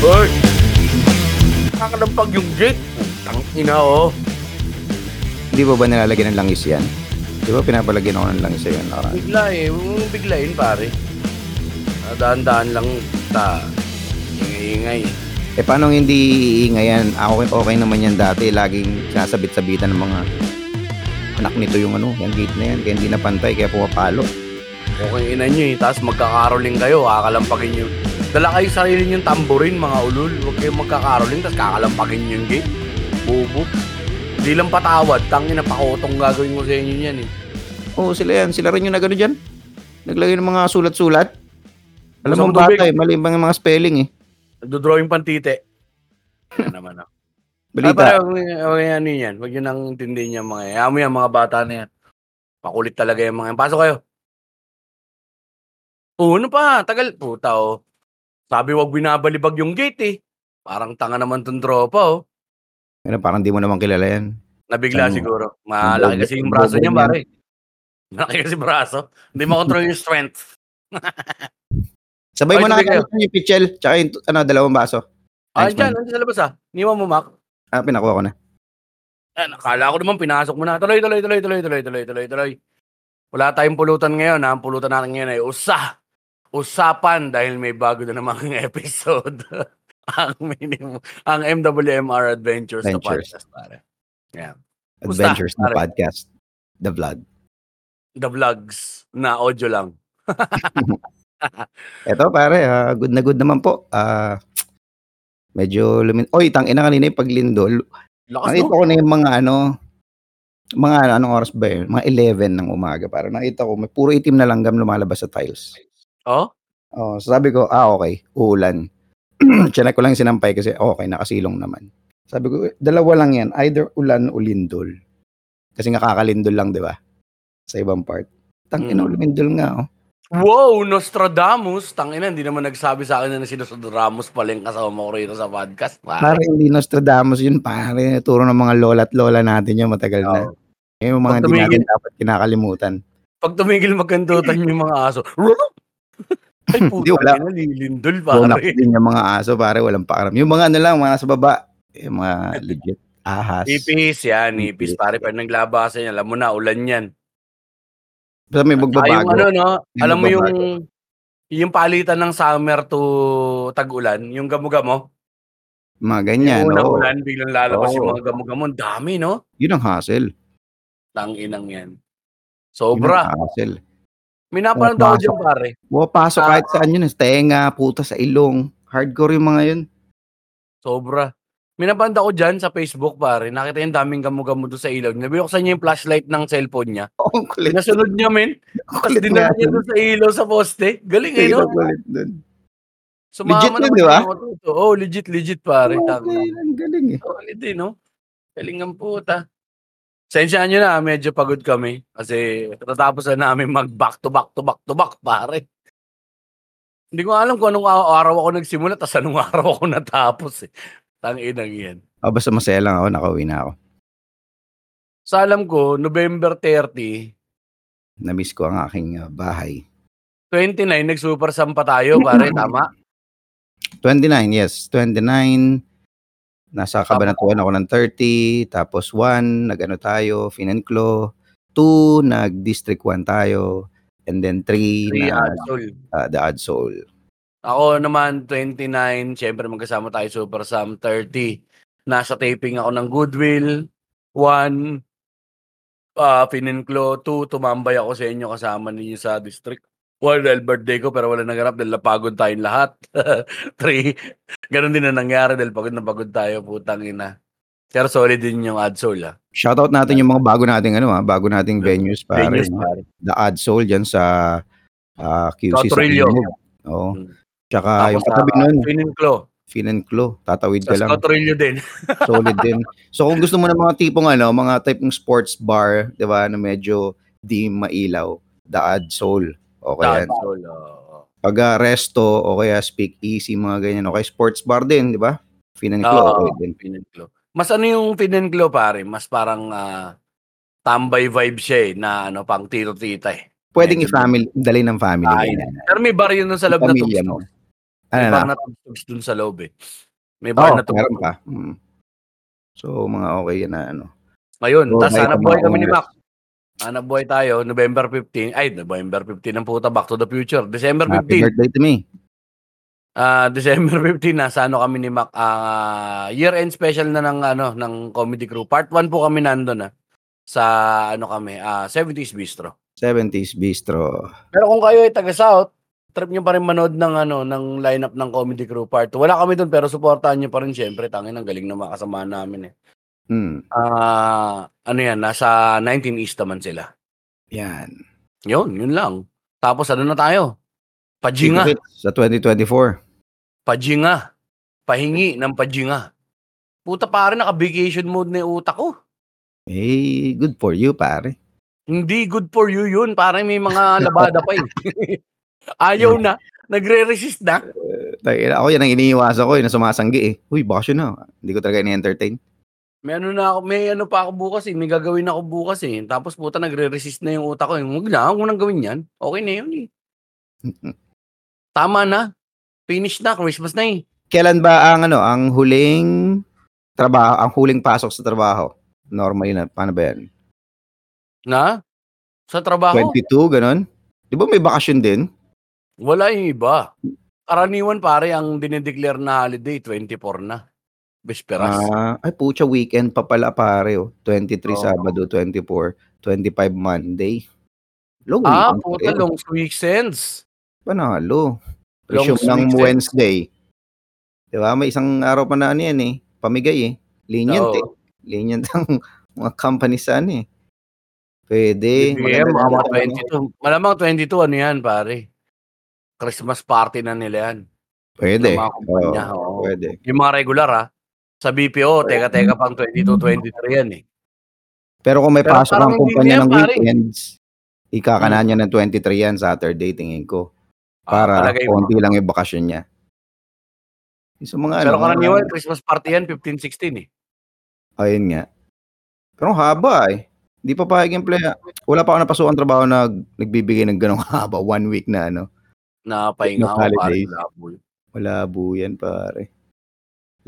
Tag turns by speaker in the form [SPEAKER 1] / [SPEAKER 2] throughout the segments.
[SPEAKER 1] Hoy! Nakakalampag yung Jake. Putang ina, oh.
[SPEAKER 2] Hindi ba ba nilalagyan ng langis yan? Di ba pinapalagyan ako ng langis yan? Ah,
[SPEAKER 1] Bigla eh. Huwag mong biglayin, pare. Ah, Daan-daan lang ta. Ingay-ingay.
[SPEAKER 2] Eh paano hindi iingay yan? Ako okay naman yan dati. Laging sinasabit-sabitan ng mga anak nito yung ano, yung gate na yan. Kaya hindi na pantay, kaya pumapalo.
[SPEAKER 1] Okay, ina nyo eh. Tapos magkakaroling kayo, kakalampagin nyo. Dala kayo sarili nyong tamborin, mga ulol. Huwag kayong magkakaroling, tapos kakalampagin nyo yung gate. Bobo. Di lang patawad. Tangin na pakotong gagawin mo sa inyo yan eh.
[SPEAKER 2] Oo, sila yan. Sila rin yung nagano dyan. Naglagay ng mga sulat-sulat.
[SPEAKER 1] Gusto
[SPEAKER 2] Alam mo,
[SPEAKER 1] mo tubig?
[SPEAKER 2] bata eh. Mali ba yung mga spelling eh.
[SPEAKER 1] Nagdodrawing pantite. Ano naman ako.
[SPEAKER 2] Balita.
[SPEAKER 1] Ah, parang, okay, ano yan. Huwag yun ang intindihin niya mga yan. Hayaan mo yan, mga bata na yan. Pakulit talaga yung mga yan. Pasok kayo. Oo, ano pa? Tagal. Puta, oh. Sabi wag binabalibag yung gate, eh. Parang tanga naman tong tropa, oh.
[SPEAKER 2] Ano, parang di mo naman kilala yan.
[SPEAKER 1] Nabigla
[SPEAKER 2] Ano?
[SPEAKER 1] siguro.
[SPEAKER 2] Ang
[SPEAKER 1] Malaki
[SPEAKER 2] bobo-
[SPEAKER 1] kasi yung
[SPEAKER 2] ang
[SPEAKER 1] braso
[SPEAKER 2] bobo
[SPEAKER 1] niya,
[SPEAKER 2] niya.
[SPEAKER 1] pare. Malaki kasi braso. Hindi makontrol yung strength.
[SPEAKER 2] Sabay
[SPEAKER 1] Ay,
[SPEAKER 2] mo na
[SPEAKER 1] sabay kayo.
[SPEAKER 2] kayo yung pichel, tsaka yung ano, dalawang baso.
[SPEAKER 1] Ah,
[SPEAKER 2] Thanks,
[SPEAKER 1] dyan. Nandiyan sa labas, ah. Niwa mo, Mac.
[SPEAKER 2] Ah, pinakuha ko na.
[SPEAKER 1] Ano, akala ko naman pinasok mo na. Tuloy, tuloy, tuloy, tuloy, tuloy, tuloy, tuloy, tuloy. Wala tayong pulutan ngayon. Ha? Ang pulutan natin ngayon ay usa. Usapan dahil may bago na namang episode. ang minimum, ang MWMR Adventures, na podcast,
[SPEAKER 2] Adventures.
[SPEAKER 1] pare. Basta,
[SPEAKER 2] Adventures na
[SPEAKER 1] pare.
[SPEAKER 2] podcast. The vlog.
[SPEAKER 1] The vlogs na audio lang.
[SPEAKER 2] Eto pare, ah, good na good naman po. Ah, medyo lumin... Oy, tang ina kanina yung paglindol.
[SPEAKER 1] Lakas
[SPEAKER 2] Nakita
[SPEAKER 1] no?
[SPEAKER 2] ko na yung mga ano, mga ano, anong oras ba yun? Mga 11 ng umaga. Parang nakita ko, may puro itim na langgam lumalabas sa tiles.
[SPEAKER 1] Oh?
[SPEAKER 2] Oh, sabi ko, ah, okay, uulan. Chinek ko lang yung sinampay kasi okay, nakasilong naman. Sabi ko, "Eh, dalawa lang yan, either ulan o lindol. Kasi nga kakalindol lang, di ba? Sa ibang part. Tang ina,
[SPEAKER 1] Mm.
[SPEAKER 2] lumindol nga, oh.
[SPEAKER 1] Wow, Nostradamus. Tangina, hindi naman nagsabi sa akin na si Nostradamus pala yung kasama ko rito sa podcast. Pare.
[SPEAKER 2] Pare, hindi Nostradamus yun, pare. Turo ng mga lola at lola natin yun matagal na. Eh,
[SPEAKER 1] Oo.
[SPEAKER 2] Yung
[SPEAKER 1] Pag
[SPEAKER 2] mga hindi
[SPEAKER 1] tumigil-
[SPEAKER 2] natin dapat kinakalimutan.
[SPEAKER 1] Pag tumigil magkandutan yung mga aso. Ay,
[SPEAKER 2] Hindi,
[SPEAKER 1] puta,
[SPEAKER 2] wala.
[SPEAKER 1] na nililindol,
[SPEAKER 2] Bonap
[SPEAKER 1] pare.
[SPEAKER 2] din yung mga aso, pare, walang pakaram. Yung mga ano lang, mga nasa baba, yung mga legit ahas.
[SPEAKER 1] Ipis yan, ipis.
[SPEAKER 2] Ipis.
[SPEAKER 1] Pare, pag naglabasan yan, alam mo na, ulan yan.
[SPEAKER 2] Basta may
[SPEAKER 1] Tsaka yung ano,
[SPEAKER 2] magbabago.
[SPEAKER 1] no?
[SPEAKER 2] May
[SPEAKER 1] Alam mo yung,
[SPEAKER 2] magbabago.
[SPEAKER 1] yung palitan ng summer to tag-ulan, yung gamo-gamo.
[SPEAKER 2] Mga ganyan,
[SPEAKER 1] Unang
[SPEAKER 2] oo.
[SPEAKER 1] ulan, biglang lalabas
[SPEAKER 2] Oo.
[SPEAKER 1] yung mga gamo-gamo. Ang Dami, no?
[SPEAKER 2] Yun ang hassle.
[SPEAKER 1] Tanginang yan.
[SPEAKER 2] Yun
[SPEAKER 1] Sobra.
[SPEAKER 2] ang hassle.
[SPEAKER 1] May napanood ako
[SPEAKER 2] Pasok.
[SPEAKER 1] dyan, pare.
[SPEAKER 2] Pumapasok
[SPEAKER 1] Ah.
[SPEAKER 2] kahit saan yun. eh. Sa tenga, puta sa ilong. Hardcore yung mga yun.
[SPEAKER 1] Sobra. Minabanda ko dyan sa Facebook, pare. Nakita yung daming gamo-gamo doon sa ilaw. Nabinuksan niya yung flashlight ng cellphone niya.
[SPEAKER 2] Oo, ang kulit.
[SPEAKER 1] Nasunod niya, men.
[SPEAKER 2] Ang
[SPEAKER 1] Kasi
[SPEAKER 2] kulit nga.
[SPEAKER 1] dinala niya doon sa ilaw sa poste. Galing, eh,
[SPEAKER 2] Ang
[SPEAKER 1] no?
[SPEAKER 2] kulit dun.
[SPEAKER 1] Sumama
[SPEAKER 2] Legit yun,
[SPEAKER 1] naman
[SPEAKER 2] di ba?
[SPEAKER 1] yung mga tao. Oo, oh, legit, legit, pare. Tama.
[SPEAKER 2] Ang galing eh.
[SPEAKER 1] Solid eh, no? Galing ang puta. Sensya nyo na, medyo pagod kami. Kasi tatapos na namin mag back to back to back to back, pare. Hindi ko alam kung anong a- araw ako nagsimula, tas anong araw ako natapos eh. Tanginang yan.
[SPEAKER 2] Oh, basta masaya lang ako, nakauwi na ako.
[SPEAKER 1] Sa alam ko, November 30,
[SPEAKER 2] Namiss ko ang aking uh, bahay.
[SPEAKER 1] 29, nag-super sampa tayo, pare, tama?
[SPEAKER 2] 29, yes. 29. Nasa kabanatuan ako ng 30. Tapos 1, nag-ano tayo, Financlo. 2, nag-District 1 tayo. And then 3,
[SPEAKER 1] Three ah,
[SPEAKER 2] na
[SPEAKER 1] Adsul.
[SPEAKER 2] uh, the Odd Soul.
[SPEAKER 1] Ako naman, 29. Siyempre, magkasama tayo Super Sam 30. Nasa taping ako ng Goodwill. 1. Uh, Fininclo. 2. Tumambay ako sa inyo kasama ninyo sa district. 1. Dahil birthday ko pero wala naganap dahil napagod tayong lahat. 3. Ganon din na nangyari dahil pagod na pagod tayo. Putang ina. Pero solid din yung Adsol. Ah.
[SPEAKER 2] Shoutout natin yung mga bago nating ano ha, bago nating venues pare.
[SPEAKER 1] Venues,
[SPEAKER 2] no?
[SPEAKER 1] pare.
[SPEAKER 2] The Odd Soul dyan sa ah, QC. sa
[SPEAKER 1] Cotrillo.
[SPEAKER 2] Ilog. Oo.
[SPEAKER 1] Mm.
[SPEAKER 2] Tsaka
[SPEAKER 1] Tapos
[SPEAKER 2] yung katabi
[SPEAKER 1] sa
[SPEAKER 2] nun,
[SPEAKER 1] Fininclo.
[SPEAKER 2] Fin and Clo, tatawid
[SPEAKER 1] Sa
[SPEAKER 2] ka lang.
[SPEAKER 1] Scotrillo din.
[SPEAKER 2] solid din. So kung gusto mo ng mga tipong ano, mga type ng sports bar, 'di ba, na medyo di mailaw, Daad Soul. Okay
[SPEAKER 1] Sa
[SPEAKER 2] yan.
[SPEAKER 1] Adsol. oo.
[SPEAKER 2] Pag ah, resto o kaya speak easy mga ganyan, okay, sports bar din, 'di ba? Fin and Clo,
[SPEAKER 1] Oo.
[SPEAKER 2] okay din.
[SPEAKER 1] Pinenglo. Mas ano yung Pinenglo, pare? Mas parang ah, tambay vibe siya eh, na ano, pang tito-tita eh.
[SPEAKER 2] Pwedeng
[SPEAKER 1] Medyo-
[SPEAKER 2] i-family, dali ng family.
[SPEAKER 1] Ay,
[SPEAKER 2] ganyan.
[SPEAKER 1] Pero may bar yun dun sa loob na tubig.
[SPEAKER 2] Pamilya mo.
[SPEAKER 1] May
[SPEAKER 2] Ano na?
[SPEAKER 1] bar na tugtugs dun sa loob eh. May bar
[SPEAKER 2] Oo,
[SPEAKER 1] na tugtugs.
[SPEAKER 2] meron pa. Mm. So, mga okay yan na ano.
[SPEAKER 1] Ngayon,
[SPEAKER 2] Oo,
[SPEAKER 1] tas
[SPEAKER 2] may
[SPEAKER 1] sana buhay kami ni
[SPEAKER 2] tumawag.
[SPEAKER 1] Mac. Hanap buhay tayo, November 15. Ay, November 15 ang puta, Back to the Future. December
[SPEAKER 2] Happy
[SPEAKER 1] 15.
[SPEAKER 2] birthday to me.
[SPEAKER 1] Ah, December 15 nasa ano kami ni Mac. Ah, year-end special na ng ano ng comedy crew. Part 1 po kami nandoon ah. Sa ano kami, ah 70s Bistro.
[SPEAKER 2] 70s Bistro.
[SPEAKER 1] Pero kung kayo ay taga South, trip nyo pa rin manood ng ano ng lineup ng comedy crew part. 2. Wala kami doon pero suportahan nyo pa rin syempre. Tangin ang galing ng mga kasama namin eh.
[SPEAKER 2] Mm.
[SPEAKER 1] Ah, ano yan, nasa 19 East naman sila.
[SPEAKER 2] Yan.
[SPEAKER 1] Yun, yun lang. Tapos ano na tayo? Pajinga.
[SPEAKER 2] Tickets Sa 2024.
[SPEAKER 1] Pajinga. Pahingi ng pajinga. Puta pare, naka-vacation mode na yung utak ko.
[SPEAKER 2] Hey, good for you, pare.
[SPEAKER 1] Hindi good for you yun. Parang may mga labada pa eh. Ayaw na. Nagre-resist na.
[SPEAKER 2] Tayo, ako yan ang iniiwasan ko, yun ang sumasanggi eh. Uy, bakasyon na. Hindi ko talaga ini-entertain.
[SPEAKER 1] May ano na ako, may ano pa ako bukas eh. May gagawin ako bukas eh. Tapos puta nagre-resist na yung utak ko. eh. Huwag na, huwag mo nang gawin yan. Okay na yun eh. Tama na. Finish na, Christmas na eh.
[SPEAKER 2] Kailan ba ang ano, ang huling trabaho, ang huling pasok sa trabaho? Normal yun. ah. Paano ba yan?
[SPEAKER 1] Na? Sa trabaho?
[SPEAKER 2] 22, ganun? Di ba may bakasyon din?
[SPEAKER 1] Wala yung iba. Karaniwan pare ang dinideclare na holiday 24 na. Bisperas.
[SPEAKER 2] Ah, ay, pucha, weekend pa pala, pare. Oh. 23
[SPEAKER 1] Oo.
[SPEAKER 2] Sabado, 24, 25 Monday. Long
[SPEAKER 1] ah,
[SPEAKER 2] weekend pa
[SPEAKER 1] puta
[SPEAKER 2] rin.
[SPEAKER 1] long weekends.
[SPEAKER 2] Panalo.
[SPEAKER 1] Long
[SPEAKER 2] Resume ng
[SPEAKER 1] weekends.
[SPEAKER 2] Wednesday. Di ba? May isang araw pa na ano yan eh. Pamigay eh. Lenient eh.
[SPEAKER 1] Oo.
[SPEAKER 2] Lenient ang mga company sa ano eh. Pwede.
[SPEAKER 1] BBM,
[SPEAKER 2] Maganda eh.
[SPEAKER 1] mga
[SPEAKER 2] na-
[SPEAKER 1] 22. Malamang 22, ano yan, pare? Christmas party na nila yan.
[SPEAKER 2] Pwede.
[SPEAKER 1] ng mga kumpanya,
[SPEAKER 2] Oo,
[SPEAKER 1] oo.
[SPEAKER 2] Pwede.
[SPEAKER 1] Yung mga regular, ah. Sa BPO, teka-teka pang
[SPEAKER 2] Mm.
[SPEAKER 1] 22-23 yan eh.
[SPEAKER 2] Pero kung may
[SPEAKER 1] Pero
[SPEAKER 2] pasok
[SPEAKER 1] parang
[SPEAKER 2] ang
[SPEAKER 1] hindi
[SPEAKER 2] kumpanya
[SPEAKER 1] na yan,
[SPEAKER 2] ng
[SPEAKER 1] pare. Hmm.
[SPEAKER 2] weekends, ikakanan niya ng 23 yan Saturday, tingin ko.
[SPEAKER 1] Ah,
[SPEAKER 2] Para
[SPEAKER 1] palagay mo.
[SPEAKER 2] konti lang yung bakasyon niya. Yung Sa mga
[SPEAKER 1] Pero
[SPEAKER 2] ano,
[SPEAKER 1] karaniwan, Christmas party yan, 15-16 eh.
[SPEAKER 2] ah, Ayun nga. Pero ang haba eh. Hindi pa pahig yung playa. Wala pa ako napasukan trabaho na nagbibigay ng ganong haba. One week na ano.
[SPEAKER 1] Napahinga
[SPEAKER 2] Christmas
[SPEAKER 1] ako, pare.
[SPEAKER 2] holidays.
[SPEAKER 1] Labol.
[SPEAKER 2] Wala buyan pare.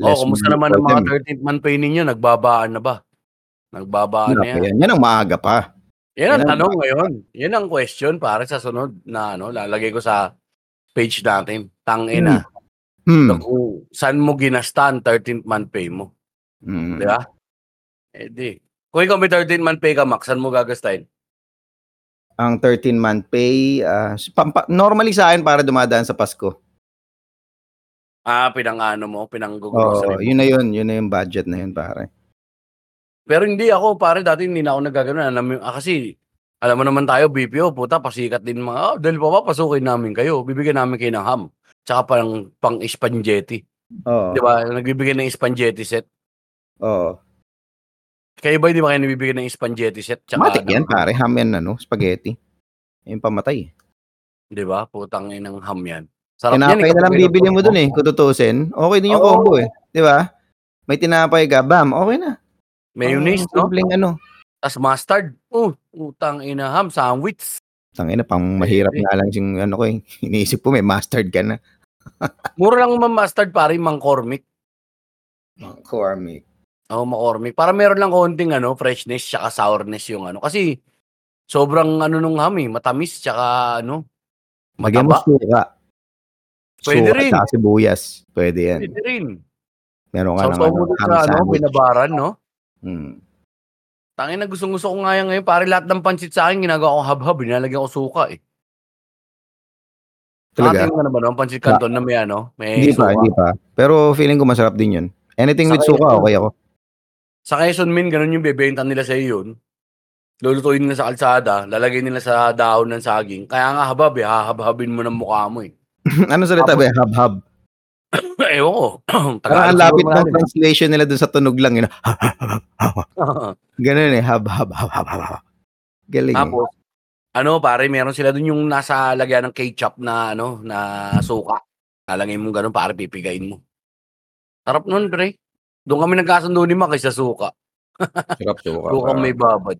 [SPEAKER 1] Oh, kumusta
[SPEAKER 2] minute
[SPEAKER 1] naman ang
[SPEAKER 2] pa
[SPEAKER 1] mga
[SPEAKER 2] yan, eh.
[SPEAKER 1] 13th man pain ninyo? Nagbabaan na ba? Nagbabaan na
[SPEAKER 2] Wala pa
[SPEAKER 1] Ano yan.
[SPEAKER 2] yan. Yan ang maaga pa.
[SPEAKER 1] Yan ang
[SPEAKER 2] Yan ang
[SPEAKER 1] tanong ngayon. Yan ang question para sa sunod na ano, lalagay ko sa page natin. Tangina.
[SPEAKER 2] Hmm.
[SPEAKER 1] Naku, saan mo ginastan 13th month pay mo?
[SPEAKER 2] Hmm.
[SPEAKER 1] Di ba? Eh di. Kung ikaw may 13th month pay ka, Max, saan mo gagastain?
[SPEAKER 2] Ang 13-month pay, ah, s- pampa- normally sa akin para dumadaan sa Pasko.
[SPEAKER 1] Ah, pinangano mo, pinanggugrocery
[SPEAKER 2] Oo,
[SPEAKER 1] mo.
[SPEAKER 2] Oh, yun na yun. Yun na yung budget na yun, pare.
[SPEAKER 1] Pero hindi ako, pare, dati hindi na ako nagagano. Alam mo, ah, kasi, alam mo naman tayo, BPO, puta, pasikat din mga, oh, dahil pa ba, pasukin namin kayo. Bibigyan namin kayo ng ham. Tsaka parang pang espaghetti.
[SPEAKER 2] Oo.
[SPEAKER 1] Di ba? Nagbibigay ng espaghetti set.
[SPEAKER 2] Oo.
[SPEAKER 1] Kayo ba, hindi ba kayo nabibigay ng espaghetti set? Tsaka,
[SPEAKER 2] Matik yan,
[SPEAKER 1] ng-
[SPEAKER 2] pare. Ham yan, ano, spaghetti. Yung pamatay.
[SPEAKER 1] ano, Di ba? Putang inang ham yan. Sarap
[SPEAKER 2] Tinapay
[SPEAKER 1] ikaw
[SPEAKER 2] na lang
[SPEAKER 1] may
[SPEAKER 2] bibili mo
[SPEAKER 1] luto
[SPEAKER 2] dun eh, kung tutusin. Okay din yung
[SPEAKER 1] Oo.
[SPEAKER 2] combo eh. Di ba? May tinapay ka, bam, okay na.
[SPEAKER 1] Mayonnaise,
[SPEAKER 2] Ang
[SPEAKER 1] no?
[SPEAKER 2] Simpleng ano.
[SPEAKER 1] Tapos mustard. Oh, utang ina ham. Sandwich.
[SPEAKER 2] Tangina, pang mahirap nga lang yung ano ko eh. Iniisip ko may mustard ka na.
[SPEAKER 1] Mura lang man mustard, pare, mangkormik.
[SPEAKER 2] Cormick.
[SPEAKER 1] Oo, McCormick. Para meron lang konting ano, freshness tsaka sourness yung ano. Kasi sobrang ano nung ham eh, matamis tsaka ano,
[SPEAKER 2] Magyan mo
[SPEAKER 1] mataba.
[SPEAKER 2] suka.
[SPEAKER 1] Pwede
[SPEAKER 2] suka
[SPEAKER 1] rin.
[SPEAKER 2] Tsaka sibuyas. Pwede yan.
[SPEAKER 1] Pwede rin.
[SPEAKER 2] Meron ka ng
[SPEAKER 1] Sausaw
[SPEAKER 2] ano,
[SPEAKER 1] mo dun
[SPEAKER 2] ham
[SPEAKER 1] sa ano,
[SPEAKER 2] sandwich.
[SPEAKER 1] binabaran, no?
[SPEAKER 2] Hmm.
[SPEAKER 1] Tangin na gustong gusto ko nga yan ngayon. Pare lahat ng pansit sa akin, ginagawa kong hab-hab. Binalagyan ko suka eh.
[SPEAKER 2] Talaga?
[SPEAKER 1] Nakatingin ka naman, no? Pansit canton na may ano, may
[SPEAKER 2] hindi pa,
[SPEAKER 1] suka.
[SPEAKER 2] hindi pa. Pero feeling ko masarap din yun. Anything with
[SPEAKER 1] Saka
[SPEAKER 2] suka,
[SPEAKER 1] yun.
[SPEAKER 2] okay ako.
[SPEAKER 1] Sa Quezon Min, ganun yung bebenta nila sa yun. Lulutuin nila sa kalsada, lalagay nila sa dahon ng saging. Kaya nga habab eh, hahabhabin mo ng mukha mo eh.
[SPEAKER 2] Anong Ano salita ba? Hab-hab.
[SPEAKER 1] Ewan ko.
[SPEAKER 2] Parang ang
[SPEAKER 1] siguro
[SPEAKER 2] lapit
[SPEAKER 1] mga ano, eh.
[SPEAKER 2] ng
[SPEAKER 1] nila.
[SPEAKER 2] translation nila dun sa tunog lang. Yun. Ganun eh. Hab, hab, hab, hab, hab. hab. Galing. eh.
[SPEAKER 1] Tapos, ano pare, meron sila dun yung nasa lagyan ng ketchup na ano, na suka. Lalangin mo ganun pare, pipigain mo. Sarap nun, pre. Doon kami nagkasundo ni Mac eh, sa suka.
[SPEAKER 2] Sarap suka.
[SPEAKER 1] Suka may babad.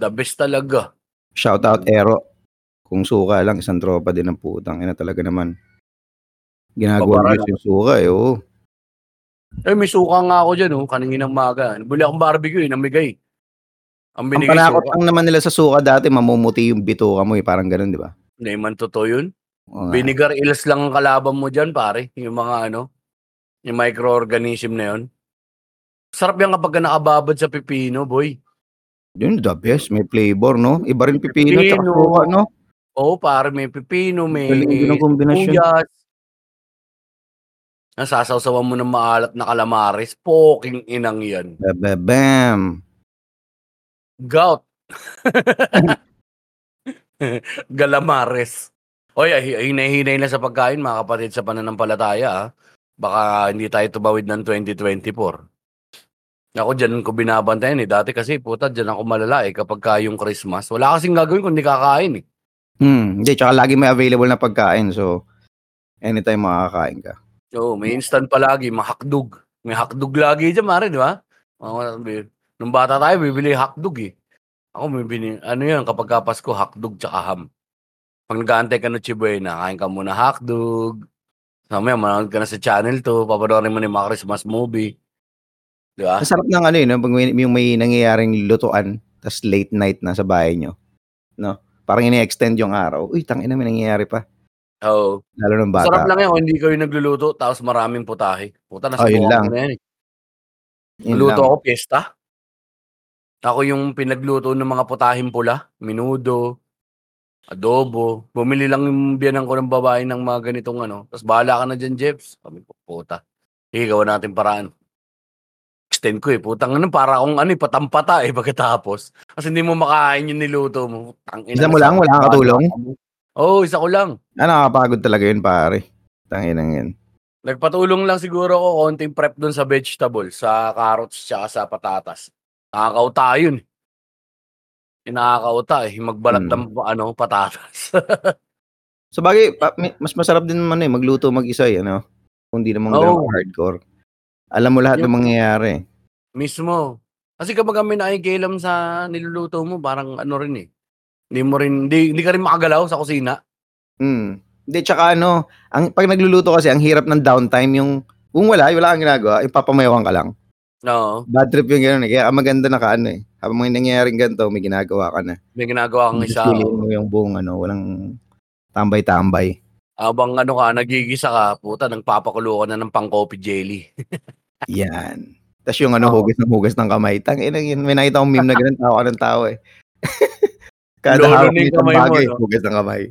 [SPEAKER 1] The best talaga.
[SPEAKER 2] Shout out Ero. Kung suka lang, isang tropa din ng putang. Ina talaga naman. Ginagawa
[SPEAKER 1] Paparan.
[SPEAKER 2] mo yung suka eh. oo.
[SPEAKER 1] Eh, may suka nga ako dyan, oh, kanina ng maga. Buli akong barbecue, eh, namigay. Ang
[SPEAKER 2] Ang
[SPEAKER 1] binigay
[SPEAKER 2] panakot
[SPEAKER 1] suka.
[SPEAKER 2] lang naman nila sa suka dati, mamumuti yung bituka mo eh. Parang ganun, di ba?
[SPEAKER 1] Hindi man totoo yun.
[SPEAKER 2] Oo nga.
[SPEAKER 1] Vinegar eels lang ang kalaban mo dyan, pare. Yung mga ano, yung microorganism na yun. Sarap yan kapag ka nakababad sa pipino, boy.
[SPEAKER 2] Yun, the best. May flavor, no? Iba rin pipino,
[SPEAKER 1] Pipino. Eh,
[SPEAKER 2] tsaka suka, no?
[SPEAKER 1] Oo, pare, may pipino, may
[SPEAKER 2] Galing din ang kombinasyon.
[SPEAKER 1] sibuyas. Nasasawsawan mo ng maalat na kalamares. Poking inang yan.
[SPEAKER 2] Ba- Bam!
[SPEAKER 1] Gout. Galamares. Oy, ay- hinay-hinay na sa pagkain, mga kapatid, sa pananampalataya. ah. Baka hindi tayo tumawid ng 2024. Ako, dyan ko binabantayan eh. Dati kasi, puta, dyan ako malala eh. Kapag ka yung Christmas, wala kasing gagawin kundi kakain eh.
[SPEAKER 2] Hmm, hindi, tsaka lagi may available na pagkain. So, anytime makakain ka.
[SPEAKER 1] Oo, may instant palagi, mahakdog. May hakdog lagi dyan, mare, di ba? Mga- bi- Nung bata tayo, bibili hakdog eh. Ako, may bini, ano yun, kapag ka Pasko, hakdog tsaka ham. Pag nag-aantay ka ng Chibuena, kain ka muna hakdog. Mamaya, manood ka na sa channel to, papanoorin mo na yung mga Christmas movie. Di ba?
[SPEAKER 2] Ang sarap ng ano yun, no? pag may, yung may nangyayaring lutuan, tas late night na sa bahay nyo. No? Parang ini-extend yung araw. Uy, tangina, may nangyayari pa.
[SPEAKER 1] Oo.
[SPEAKER 2] Lalo ng bata.
[SPEAKER 1] Sarap lang yan kung hindi kayo nagluluto, tapos maraming putahe. Puta, nasa
[SPEAKER 2] Oh, yun
[SPEAKER 1] buwan
[SPEAKER 2] lang.
[SPEAKER 1] ko na yan eh.
[SPEAKER 2] Yun
[SPEAKER 1] Luto
[SPEAKER 2] lang.
[SPEAKER 1] ako, piyesta. Ako yung pinagluto ng mga putahing pula, minudo, adobo. Bumili lang yung biyanan ko ng babae ng mga ganitong ano. Tapos bahala ka na dyan, Jeps. Kami po, puta. Sige, gawa natin paraan. Extend ko eh, putang ano, para akong ano, eh, patampata eh, pagkatapos. Kasi hindi mo makain yung niluto mo. Tang,
[SPEAKER 2] Isa mo lang? Wala kang katulong?
[SPEAKER 1] Oo, oh, isa ko lang.
[SPEAKER 2] Ah, nakakapagod talaga yun, pare. Tangina yun.
[SPEAKER 1] Nagpatulong lang siguro ako konting prep doon sa vegetables, sa carrots tsaka sa patatas. Nakakauta yun. Eh, Nakakauta eh, magbalat
[SPEAKER 2] Mm.
[SPEAKER 1] ng ano, patatas.
[SPEAKER 2] So bagay, pa- mi- mas masarap din naman eh, magluto mag-isa eh, ano? Kung di naman ganun
[SPEAKER 1] Oo.
[SPEAKER 2] hardcore. Alam mo lahat ng mangyayari.
[SPEAKER 1] Mismo. Kasi kapag may nakikilam sa niluluto mo, parang ano rin eh. Hindi mo rin, hindi, hindi ka rin makagalaw sa kusina.
[SPEAKER 2] Hmm. Hindi, tsaka ano, ang, pag nagluluto kasi, ang hirap ng downtime yung, kung wala, wala kang ginagawa, ipapamayawan ka lang.
[SPEAKER 1] No,
[SPEAKER 2] Bad trip yung gano'n eh. Kaya ang maganda na ka ano eh. Habang may nangyayaring ganito, may ginagawa ka na.
[SPEAKER 1] may ginagawa kang isa.
[SPEAKER 2] Piliin mo yung buong ano, walang tambay-tambay.
[SPEAKER 1] Abang ano ka, nagigisa ka, puta, nagpapakulo ka na ng pang-coffee jelly.
[SPEAKER 2] Yan. Tapos yung ano,
[SPEAKER 1] Oo.
[SPEAKER 2] hugas ng hugas ng kamay. Tang, ina yun. May nakita akong meme na ganun, tawa ka ng tao eh. Kada
[SPEAKER 1] Lolo
[SPEAKER 2] hawak
[SPEAKER 1] na yung
[SPEAKER 2] ng isang
[SPEAKER 1] kamay mo,
[SPEAKER 2] bagay,
[SPEAKER 1] no?
[SPEAKER 2] hugas ng kamay.